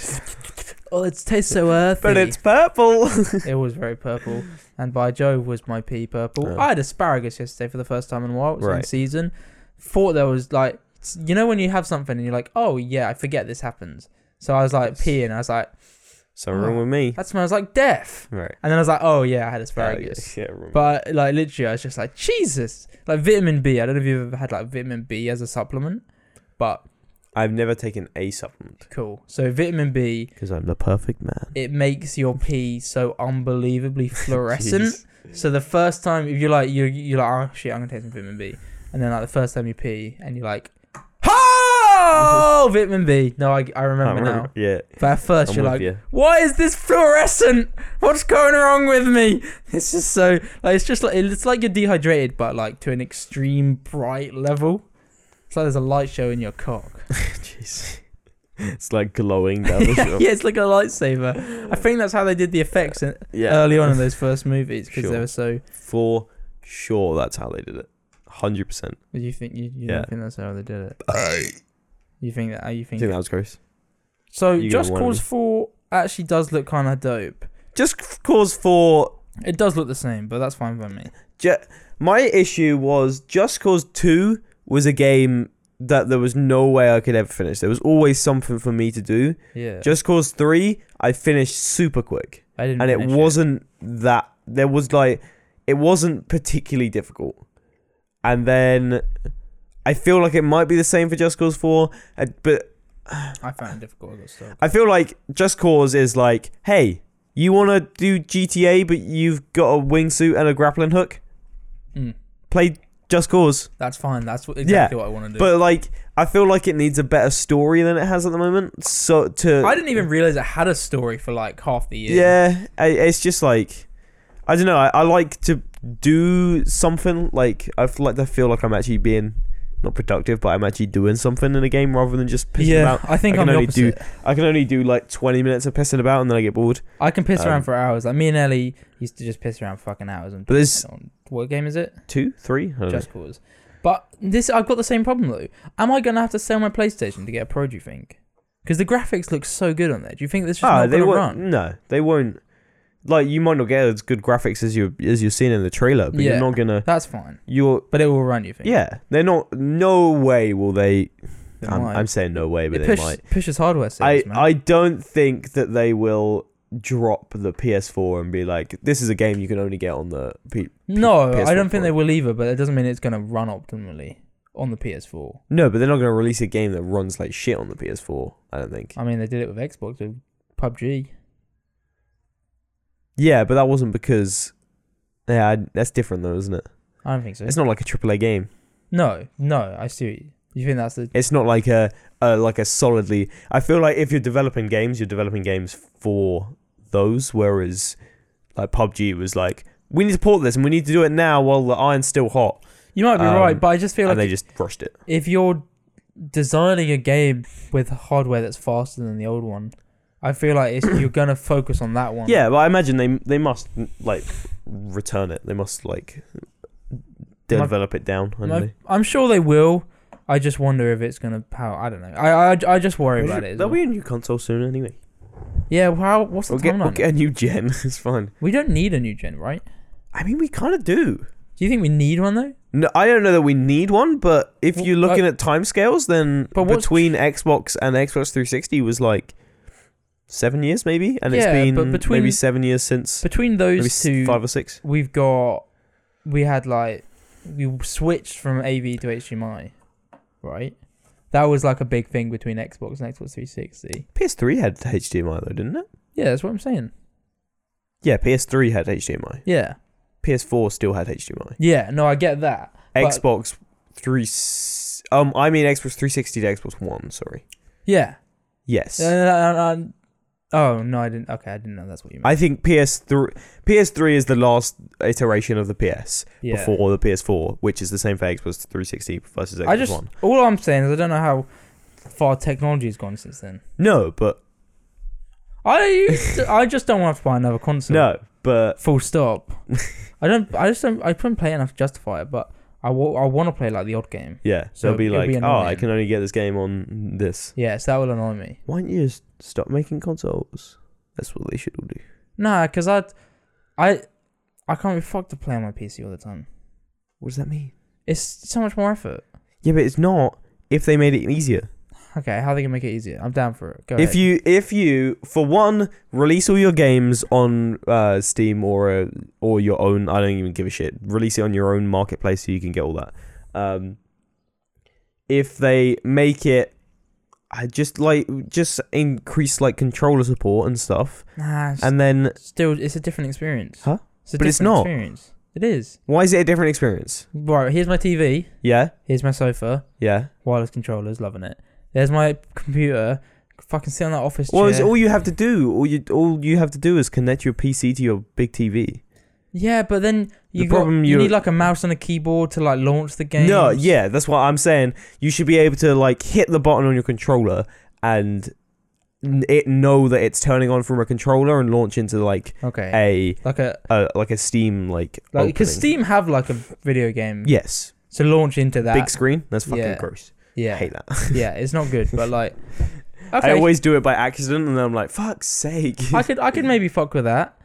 [SPEAKER 1] oh, it tastes so earthy.
[SPEAKER 2] [laughs] But it's purple. [laughs]
[SPEAKER 1] it was very purple. And by Jove, was my pea purple.
[SPEAKER 2] Oh.
[SPEAKER 1] I had asparagus yesterday for the first time in a while. It was in
[SPEAKER 2] Right.
[SPEAKER 1] season. Thought there was like, you know, when you have something and you're like, oh yeah, I forget this happens. So I was like
[SPEAKER 2] Yes.
[SPEAKER 1] peeing. I was like,
[SPEAKER 2] Something wrong with me.
[SPEAKER 1] that smells like death.
[SPEAKER 2] Right. Ah,
[SPEAKER 1] And then I was like, oh yeah, Ah. I had asparagus.
[SPEAKER 2] Yeah, wrong.
[SPEAKER 1] But like literally, I was just like Jesus. Like vitamin B. I don't know if you've ever had like vitamin B as a supplement, but
[SPEAKER 2] I've never taken a supplement
[SPEAKER 1] cool. So vitamin B,
[SPEAKER 2] because I'm the perfect man.
[SPEAKER 1] it makes your pee so
[SPEAKER 2] [laughs]
[SPEAKER 1] unbelievably fluorescent.
[SPEAKER 2] Jeez.
[SPEAKER 1] so the first time if you're like you you're like oh shit, I'm gonna take some vitamin B, and then like the first time you pee and you're like,
[SPEAKER 2] [laughs]
[SPEAKER 1] oh vitamin B. No, I I remember now.
[SPEAKER 2] Yeah.
[SPEAKER 1] But at 1st
[SPEAKER 2] I'm
[SPEAKER 1] you're
[SPEAKER 2] with
[SPEAKER 1] like,
[SPEAKER 2] you.
[SPEAKER 1] Why is this fluorescent? What's going wrong with me? It's just so like it's just like it's like you're dehydrated, but like to an extreme bright level. It's like there's a light show in your cock. [laughs]
[SPEAKER 2] Jeez. It's like glowing down the
[SPEAKER 1] [laughs]
[SPEAKER 2] shop.
[SPEAKER 1] yeah, it's like a lightsaber. I think that's how they did the effects in,
[SPEAKER 2] Yeah.
[SPEAKER 1] early on in those first movies because they
[SPEAKER 2] Sure.
[SPEAKER 1] were so.
[SPEAKER 2] For sure, that's how they did it. Hundred percent.
[SPEAKER 1] You think you, you
[SPEAKER 2] Yeah.
[SPEAKER 1] don't think that's how they did it? You think that? How you
[SPEAKER 2] I
[SPEAKER 1] think?
[SPEAKER 2] think that was gross.
[SPEAKER 1] so
[SPEAKER 2] you
[SPEAKER 1] Just
[SPEAKER 2] got one of
[SPEAKER 1] Cause Four actually does look kind of dope.
[SPEAKER 2] Just c- cause for
[SPEAKER 1] It does look the same, but that's fine by me.
[SPEAKER 2] Ju- my issue was Just Cause 2 was a game that there was no way I could ever finish. There was always something for me to do.
[SPEAKER 1] Yeah,
[SPEAKER 2] Just Cause 3, I finished super quick.
[SPEAKER 1] I didn't.
[SPEAKER 2] And it
[SPEAKER 1] finish
[SPEAKER 2] wasn't that. There was like. It wasn't particularly difficult. And then. I feel like it might be the same for Just Cause 4, uh, but
[SPEAKER 1] I found it difficult. I got stuck.
[SPEAKER 2] I feel like Just Cause is like, hey, you want to do GTA, but you've got a wingsuit and a grappling hook?
[SPEAKER 1] Mm.
[SPEAKER 2] Play Just Cause.
[SPEAKER 1] That's fine. That's what,
[SPEAKER 2] Yeah,
[SPEAKER 1] exactly what I want to do.
[SPEAKER 2] But like, I feel like it needs a better story than it has at the moment. So to
[SPEAKER 1] I didn't even realize it had a story for like half the year.
[SPEAKER 2] yeah, I, it's just like I don't know. I, I like to do something. Like I feel like I feel like I'm actually being not productive, but I'm actually doing something in a game rather than just pissing
[SPEAKER 1] yeah.
[SPEAKER 2] about.
[SPEAKER 1] I think
[SPEAKER 2] I
[SPEAKER 1] I'm
[SPEAKER 2] can
[SPEAKER 1] the
[SPEAKER 2] only do-
[SPEAKER 1] opposite.
[SPEAKER 2] I can only do like 20 minutes of pissing about, and then I get bored.
[SPEAKER 1] I can piss around
[SPEAKER 2] um,
[SPEAKER 1] for hours. Like me and Ellie used to just piss around for fucking hours. And
[SPEAKER 2] But Oh. there's
[SPEAKER 1] on, what game is it?
[SPEAKER 2] two, three. I don't
[SPEAKER 1] Just Cause. But this, I've got the same problem though. Am I gonna have to sell my PlayStation to get a Pro? Do you think? Because the graphics look so good on there. Do you think this just
[SPEAKER 2] Ah,
[SPEAKER 1] not
[SPEAKER 2] they
[SPEAKER 1] gonna
[SPEAKER 2] won't.
[SPEAKER 1] run?
[SPEAKER 2] No, they won't. Like you might not get as good graphics as you as you're seeing in the trailer, but
[SPEAKER 1] Yeah.
[SPEAKER 2] you're not gonna.
[SPEAKER 1] That's fine,
[SPEAKER 2] You're
[SPEAKER 1] but it will run. You think?
[SPEAKER 2] yeah. They're not. No way will they.
[SPEAKER 1] It
[SPEAKER 2] I'm,
[SPEAKER 1] might.
[SPEAKER 2] I'm saying no way, but
[SPEAKER 1] it
[SPEAKER 2] they
[SPEAKER 1] push,
[SPEAKER 2] might.
[SPEAKER 1] pushes hardware sales,
[SPEAKER 2] I
[SPEAKER 1] man.
[SPEAKER 2] I don't think that they will drop the PS4 and be like, this is a game you can only get on the P.
[SPEAKER 1] no,
[SPEAKER 2] PS4
[SPEAKER 1] I don't think
[SPEAKER 2] for it.
[SPEAKER 1] they will either. But it doesn't mean it's going to run optimally on the PS4.
[SPEAKER 2] No, but they're not gonna release a game that runs like shit on the PS4. I don't think.
[SPEAKER 1] I mean, they did it with Xbox with PUBG.
[SPEAKER 2] Yeah, but that wasn't because. Yeah, I- that's different though, isn't it?
[SPEAKER 1] I don't think so.
[SPEAKER 2] It's not like a AAA game.
[SPEAKER 1] no, no, I see. What you, you think that's the
[SPEAKER 2] It's not like a, a like a solidly. I feel like if you're developing games, you're developing games for those. Whereas, like PUBG was like, we need to port this and we need to do it now while the iron's still hot,
[SPEAKER 1] You might be
[SPEAKER 2] Um,
[SPEAKER 1] right, but I just feel like
[SPEAKER 2] and they just rushed it.
[SPEAKER 1] if you're designing a game with hardware that's faster than the old one, I feel like it's, you're gonna focus on that one.
[SPEAKER 2] Yeah, but I imagine they they must like return it. They must like develop it down.
[SPEAKER 1] And
[SPEAKER 2] And
[SPEAKER 1] I, I'm sure they will. I just wonder if it's gonna how I don't know. I I, I just worry
[SPEAKER 2] they,
[SPEAKER 1] about it. is
[SPEAKER 2] there'll
[SPEAKER 1] all.
[SPEAKER 2] be a new console soon anyway.
[SPEAKER 1] yeah. well, How? What's the
[SPEAKER 2] We'll get,
[SPEAKER 1] timeline?
[SPEAKER 2] we'll get a new gen. [laughs] it's fine.
[SPEAKER 1] We don't need a new gen, right?
[SPEAKER 2] I mean, we kind of do.
[SPEAKER 1] Do you think we need one though?
[SPEAKER 2] No, I don't know that we need one, but if
[SPEAKER 1] Well,
[SPEAKER 2] you're looking at timescales, then
[SPEAKER 1] But what's-
[SPEAKER 2] between Xbox and Xbox 360 was like seven years, maybe, and it's
[SPEAKER 1] Yeah,
[SPEAKER 2] been
[SPEAKER 1] but between-
[SPEAKER 2] maybe seven years since
[SPEAKER 1] Between
[SPEAKER 2] maybe
[SPEAKER 1] those
[SPEAKER 2] s-
[SPEAKER 1] two,
[SPEAKER 2] five or six.
[SPEAKER 1] we've got we had like we switched from AV to HDMI, right? That was like a big thing between Xbox and Xbox 360.
[SPEAKER 2] PS3 had HDMI though, didn't it?
[SPEAKER 1] Yeah, that's what I'm saying.
[SPEAKER 2] Yeah, PS3 had HDMI.
[SPEAKER 1] Yeah.
[SPEAKER 2] PS4 still had HDMI.
[SPEAKER 1] Yeah, no, I get that. But-
[SPEAKER 2] Xbox three. s- Um, I mean Xbox 360 to Xbox One. Sorry.
[SPEAKER 1] Yeah.
[SPEAKER 2] Yes.
[SPEAKER 1] Uh, uh, uh, oh, no, I didn't. Okay, I didn't know that's what you meant.
[SPEAKER 2] I think PS3 PS3 is the last iteration of the PS
[SPEAKER 1] yeah.
[SPEAKER 2] before the PS4, which is the same for Xbox 360 versus Xbox
[SPEAKER 1] I just.
[SPEAKER 2] One.
[SPEAKER 1] All I'm saying is I don't know how far technology has gone since then.
[SPEAKER 2] No, but
[SPEAKER 1] I used to- I just don't want to buy another console.
[SPEAKER 2] no, but
[SPEAKER 1] Full
[SPEAKER 2] [laughs]
[SPEAKER 1] stop. I don't. I just don't. I couldn't play enough to justify it, but I want to play like the odd game.
[SPEAKER 2] yeah.
[SPEAKER 1] So
[SPEAKER 2] So they'll be
[SPEAKER 1] it'll
[SPEAKER 2] like,
[SPEAKER 1] be
[SPEAKER 2] oh, I
[SPEAKER 1] annoying.
[SPEAKER 2] can only get this game on this.
[SPEAKER 1] Yeah, so that will annoy me.
[SPEAKER 2] Why don't you just stop making consoles? That's what they should all do.
[SPEAKER 1] Nah, cause I, I, I can't be fucked to play on my PC all the time.
[SPEAKER 2] What does that mean?
[SPEAKER 1] It's so much more effort.
[SPEAKER 2] Yeah, but it's not if they made it easier.
[SPEAKER 1] Okay, how they can make it easier? I'm down for it. Go
[SPEAKER 2] If
[SPEAKER 1] ahead.
[SPEAKER 2] you, if you, for one, release all your games on uh, Steam or uh, or your own. I don't even give a shit. Release it on your own marketplace so you can get all that. Um, if they make it, I just like just increase like controller support and stuff,
[SPEAKER 1] nah, it's
[SPEAKER 2] and then
[SPEAKER 1] still, it's a different experience.
[SPEAKER 2] Huh?
[SPEAKER 1] It's a
[SPEAKER 2] But
[SPEAKER 1] different
[SPEAKER 2] it's not.
[SPEAKER 1] Experience. It is.
[SPEAKER 2] Why is it a different experience?
[SPEAKER 1] Right, here's my TV.
[SPEAKER 2] Yeah,
[SPEAKER 1] Here's my sofa.
[SPEAKER 2] yeah.
[SPEAKER 1] Wireless controllers, loving it. There's my computer. Fucking sit on that office
[SPEAKER 2] Well, it's
[SPEAKER 1] chair.
[SPEAKER 2] all you have to do. All you all you have to do is connect your PC to your big TV.
[SPEAKER 1] yeah, but then you got,
[SPEAKER 2] problem
[SPEAKER 1] you
[SPEAKER 2] you-
[SPEAKER 1] need like a mouse and a keyboard to like launch the game.
[SPEAKER 2] No, yeah, that's what I'm saying. You should be able to like hit the button on your controller and n- it know that it's turning on from a controller and launch into like
[SPEAKER 1] Okay.
[SPEAKER 2] a,
[SPEAKER 1] like a
[SPEAKER 2] a like a Steam like.
[SPEAKER 1] Oh. like because
[SPEAKER 2] opening.
[SPEAKER 1] Steam have like a video game.
[SPEAKER 2] Yes,
[SPEAKER 1] So launch into that.
[SPEAKER 2] big screen. That's fucking
[SPEAKER 1] yeah.
[SPEAKER 2] gross. I
[SPEAKER 1] yeah.
[SPEAKER 2] hate that.
[SPEAKER 1] yeah, it's not good, but
[SPEAKER 2] [laughs]
[SPEAKER 1] like, okay,
[SPEAKER 2] I
[SPEAKER 1] I,
[SPEAKER 2] always do it by accident, and then I'm like, "Fuck's sake!"
[SPEAKER 1] could I could maybe fuck with that.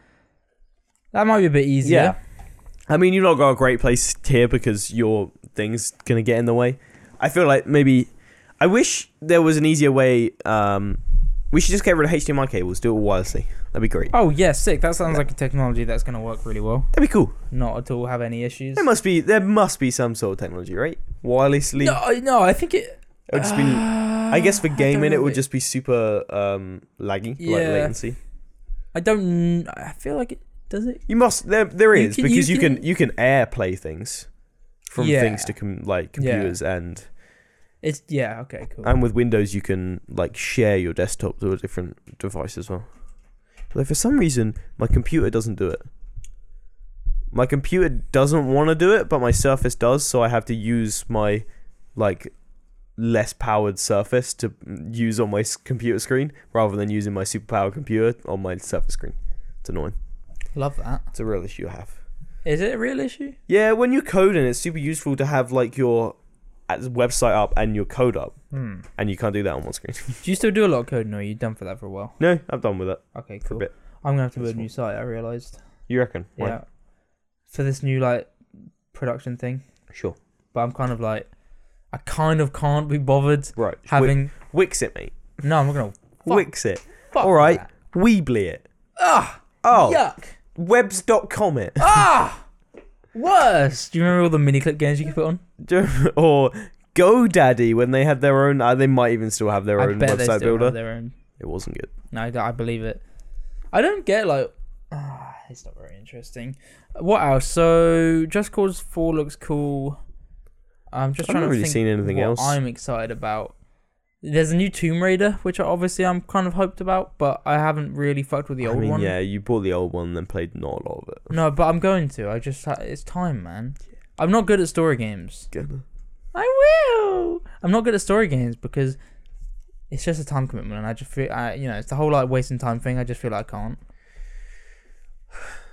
[SPEAKER 1] That might be a bit easier.
[SPEAKER 2] [laughs] I mean, you've not got a great place here because your thing's gonna get in the way. I feel like maybe I wish there was an easier way. Um, we should just get rid of HDMI cables. Do it wirelessly. That'd be great.
[SPEAKER 1] Oh yeah, sick. That sounds like a technology that's gonna work really well.
[SPEAKER 2] That'd be cool.
[SPEAKER 1] Not at all have any issues.
[SPEAKER 2] There must be there must be some sort of technology, right? Wirelessly.
[SPEAKER 1] No, I- no, I think it.
[SPEAKER 2] It would just be, I
[SPEAKER 1] [sighs]
[SPEAKER 2] guess for
[SPEAKER 1] don't
[SPEAKER 2] gaming,
[SPEAKER 1] know
[SPEAKER 2] it
[SPEAKER 1] if
[SPEAKER 2] would just be super um, laggy, like
[SPEAKER 1] Yeah.
[SPEAKER 2] latency.
[SPEAKER 1] I don't. kn- I feel like it does it.
[SPEAKER 2] You must there there
[SPEAKER 1] You
[SPEAKER 2] is
[SPEAKER 1] can- you
[SPEAKER 2] because you
[SPEAKER 1] can-
[SPEAKER 2] can, you can airplay things from
[SPEAKER 1] Yeah.
[SPEAKER 2] things to com- like
[SPEAKER 1] Yeah.
[SPEAKER 2] computers and
[SPEAKER 1] It's yeah. Okay, cool.
[SPEAKER 2] And with Windows, you can like share your desktop to a different device as well. But for some reason, my computer doesn't do it. My computer doesn't want to do it, but my Surface does, so I have to use my like less powered Surface to use on my s- computer screen rather than using my superpowered computer on my Surface screen. It's annoying.
[SPEAKER 1] Love that.
[SPEAKER 2] It's a real issue I have.
[SPEAKER 1] Is it a real issue?
[SPEAKER 2] Yeah, when you're coding, it's super useful to have like your as website up and your code up,
[SPEAKER 1] Hmm.
[SPEAKER 2] and you can't do that on one screen. [laughs]
[SPEAKER 1] Do you still do a lot of coding, or are you done for that for a while?
[SPEAKER 2] no, I'm done with it.
[SPEAKER 1] Okay,
[SPEAKER 2] For a
[SPEAKER 1] cool.
[SPEAKER 2] bit.
[SPEAKER 1] I'm gonna have to
[SPEAKER 2] That's
[SPEAKER 1] build a new site. I realized.
[SPEAKER 2] You reckon? Why?
[SPEAKER 1] Yeah. For this new like production thing,
[SPEAKER 2] Sure.
[SPEAKER 1] but I'm kind of like, I kind of can't be bothered
[SPEAKER 2] Right. Wi-
[SPEAKER 1] having.
[SPEAKER 2] Wix it, mate.
[SPEAKER 1] No, I'm not gonna. Fuck.
[SPEAKER 2] Wix it.
[SPEAKER 1] Fuck
[SPEAKER 2] All right.
[SPEAKER 1] that.
[SPEAKER 2] Weebly it.
[SPEAKER 1] Ah.
[SPEAKER 2] Oh,
[SPEAKER 1] Yuck.
[SPEAKER 2] webs.com it. [laughs]
[SPEAKER 1] Ah. Worse. Do you remember all the mini clip games you could put on?
[SPEAKER 2] or GoDaddy when they had their own. Uh, they might even still have their
[SPEAKER 1] I
[SPEAKER 2] own
[SPEAKER 1] bet they
[SPEAKER 2] website
[SPEAKER 1] still
[SPEAKER 2] builder.
[SPEAKER 1] have their own.
[SPEAKER 2] It wasn't good.
[SPEAKER 1] No, I, I believe it. I don't get like. [sighs] Ah, it's not very interesting. What else? So, Just Cause Four looks cool. I'm just
[SPEAKER 2] I've
[SPEAKER 1] trying
[SPEAKER 2] not
[SPEAKER 1] to
[SPEAKER 2] really
[SPEAKER 1] think
[SPEAKER 2] seen anything
[SPEAKER 1] what
[SPEAKER 2] else.
[SPEAKER 1] I'm excited about. There's a new Tomb Raider, which I- obviously I'm kind of hyped about, but I haven't really fucked with the
[SPEAKER 2] I
[SPEAKER 1] old
[SPEAKER 2] mean,
[SPEAKER 1] one.
[SPEAKER 2] yeah, you bought the old one and then played not a lot of it.
[SPEAKER 1] No, but I'm going to. I just ha- it's time, man. I'm not good at story games.
[SPEAKER 2] Gonna.
[SPEAKER 1] I will. I'm not good at story games because it's just a time commitment, and I just feel, I, you know, it's the whole like wasting time thing. I just feel like I can't.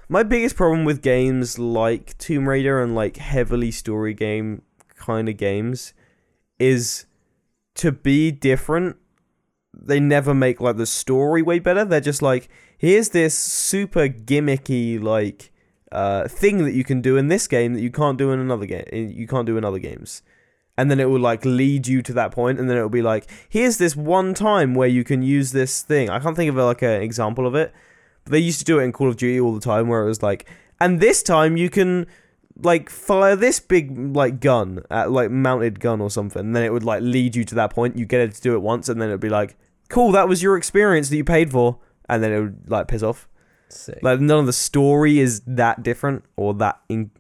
[SPEAKER 2] My biggest problem with games like Tomb Raider and like heavily story game kind of games is to be different. They never make like the story way better. They're just like, here's this super gimmicky like uh, thing that you can do in this game that you can't do in another game. You can't do in other games. And then it will like lead you to that point, and then it will be like, here's this one time where you can use this thing. I can't think of like an example of it, but they used to do it in Call of Duty all the time, where it was like, and this time you can like fire this big like gun at like mounted gun or something. And then it would like lead you to that point. You get it to do it once, and then it'd be like, cool, that was your experience that you paid for, and then it would like piss off.
[SPEAKER 1] Sick.
[SPEAKER 2] Like none of the story is that different or that in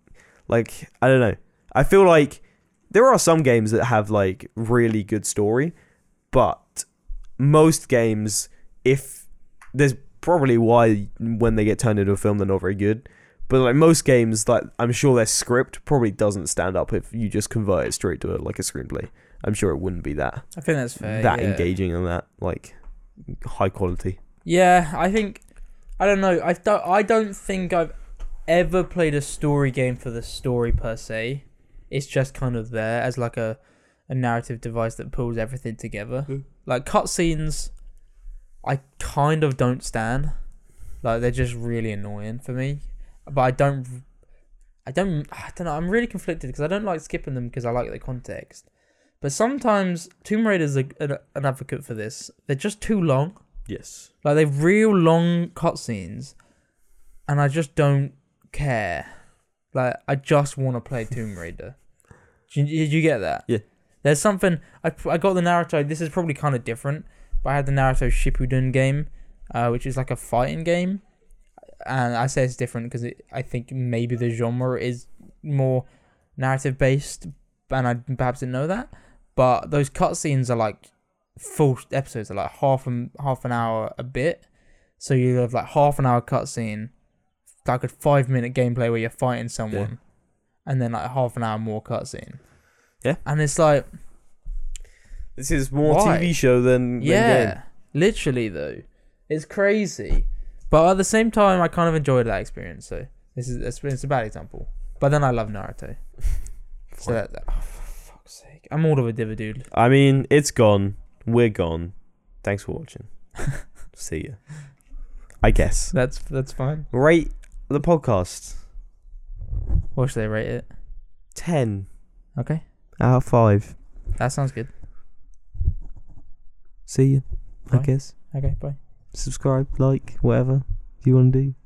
[SPEAKER 2] like I don't know. I feel like there are some games that have like really good story, but most games if there's probably why when they get turned into a film they're not very good. But like most games like I'm sure their script probably doesn't stand up if you just convert it straight to a, like a screenplay. I'm sure it wouldn't be that
[SPEAKER 1] I think that's fair.
[SPEAKER 2] that
[SPEAKER 1] Uh, yeah.
[SPEAKER 2] engaging and that like high quality.
[SPEAKER 1] Yeah, I think I don't know. I don't. I don't think I've ever played a story game for the story per se. It's just kind of there as like a a narrative device that pulls everything together.
[SPEAKER 2] Mm.
[SPEAKER 1] Like cutscenes, I kind of don't stand. Like they're just really annoying for me. But I don't. I don't. I don't know. I'm really conflicted because I don't like skipping them because I like the context. But sometimes Tomb Raider's a, an, an advocate for this. They're just too long.
[SPEAKER 2] Yes.
[SPEAKER 1] Like they've real long cutscenes, and I just don't care. Like I just want to play Tomb Raider. Do you, did you get that?
[SPEAKER 2] Yeah.
[SPEAKER 1] There's something I I got the Naruto. This is probably kind of different, but I had the Naruto Shippuden game, uh, which is like a fighting game, and I say it's different because it, I think maybe the genre is more narrative based, and I perhaps didn't know that. But those cutscenes are like full episodes are like half an half an hour a bit, so you have like half an hour cutscene, like a five minute gameplay where you're fighting someone, and then like half an hour more cutscene.
[SPEAKER 2] Yeah.
[SPEAKER 1] and it's like
[SPEAKER 2] This is more
[SPEAKER 1] Why?
[SPEAKER 2] TV show than, than
[SPEAKER 1] yeah,
[SPEAKER 2] game.
[SPEAKER 1] literally though, it's crazy. But at the same time, I kind of enjoyed that experience. So this is it's, it's a bad example. But then I love Naruto. so that, that- oh, for fuck's sake, I'm all of a diva dude.
[SPEAKER 2] I mean, it's gone. We're gone. Thanks for
[SPEAKER 1] [laughs]
[SPEAKER 2] watching. See ya. I guess.
[SPEAKER 1] That's that's fine.
[SPEAKER 2] Rate the podcast
[SPEAKER 1] What should they rate it?
[SPEAKER 2] ten
[SPEAKER 1] Okay,
[SPEAKER 2] out of five.
[SPEAKER 1] that sounds good.
[SPEAKER 2] See ya. I
[SPEAKER 1] Bye.
[SPEAKER 2] guess.
[SPEAKER 1] Okay, bye.
[SPEAKER 2] Subscribe, like, whatever you want to do.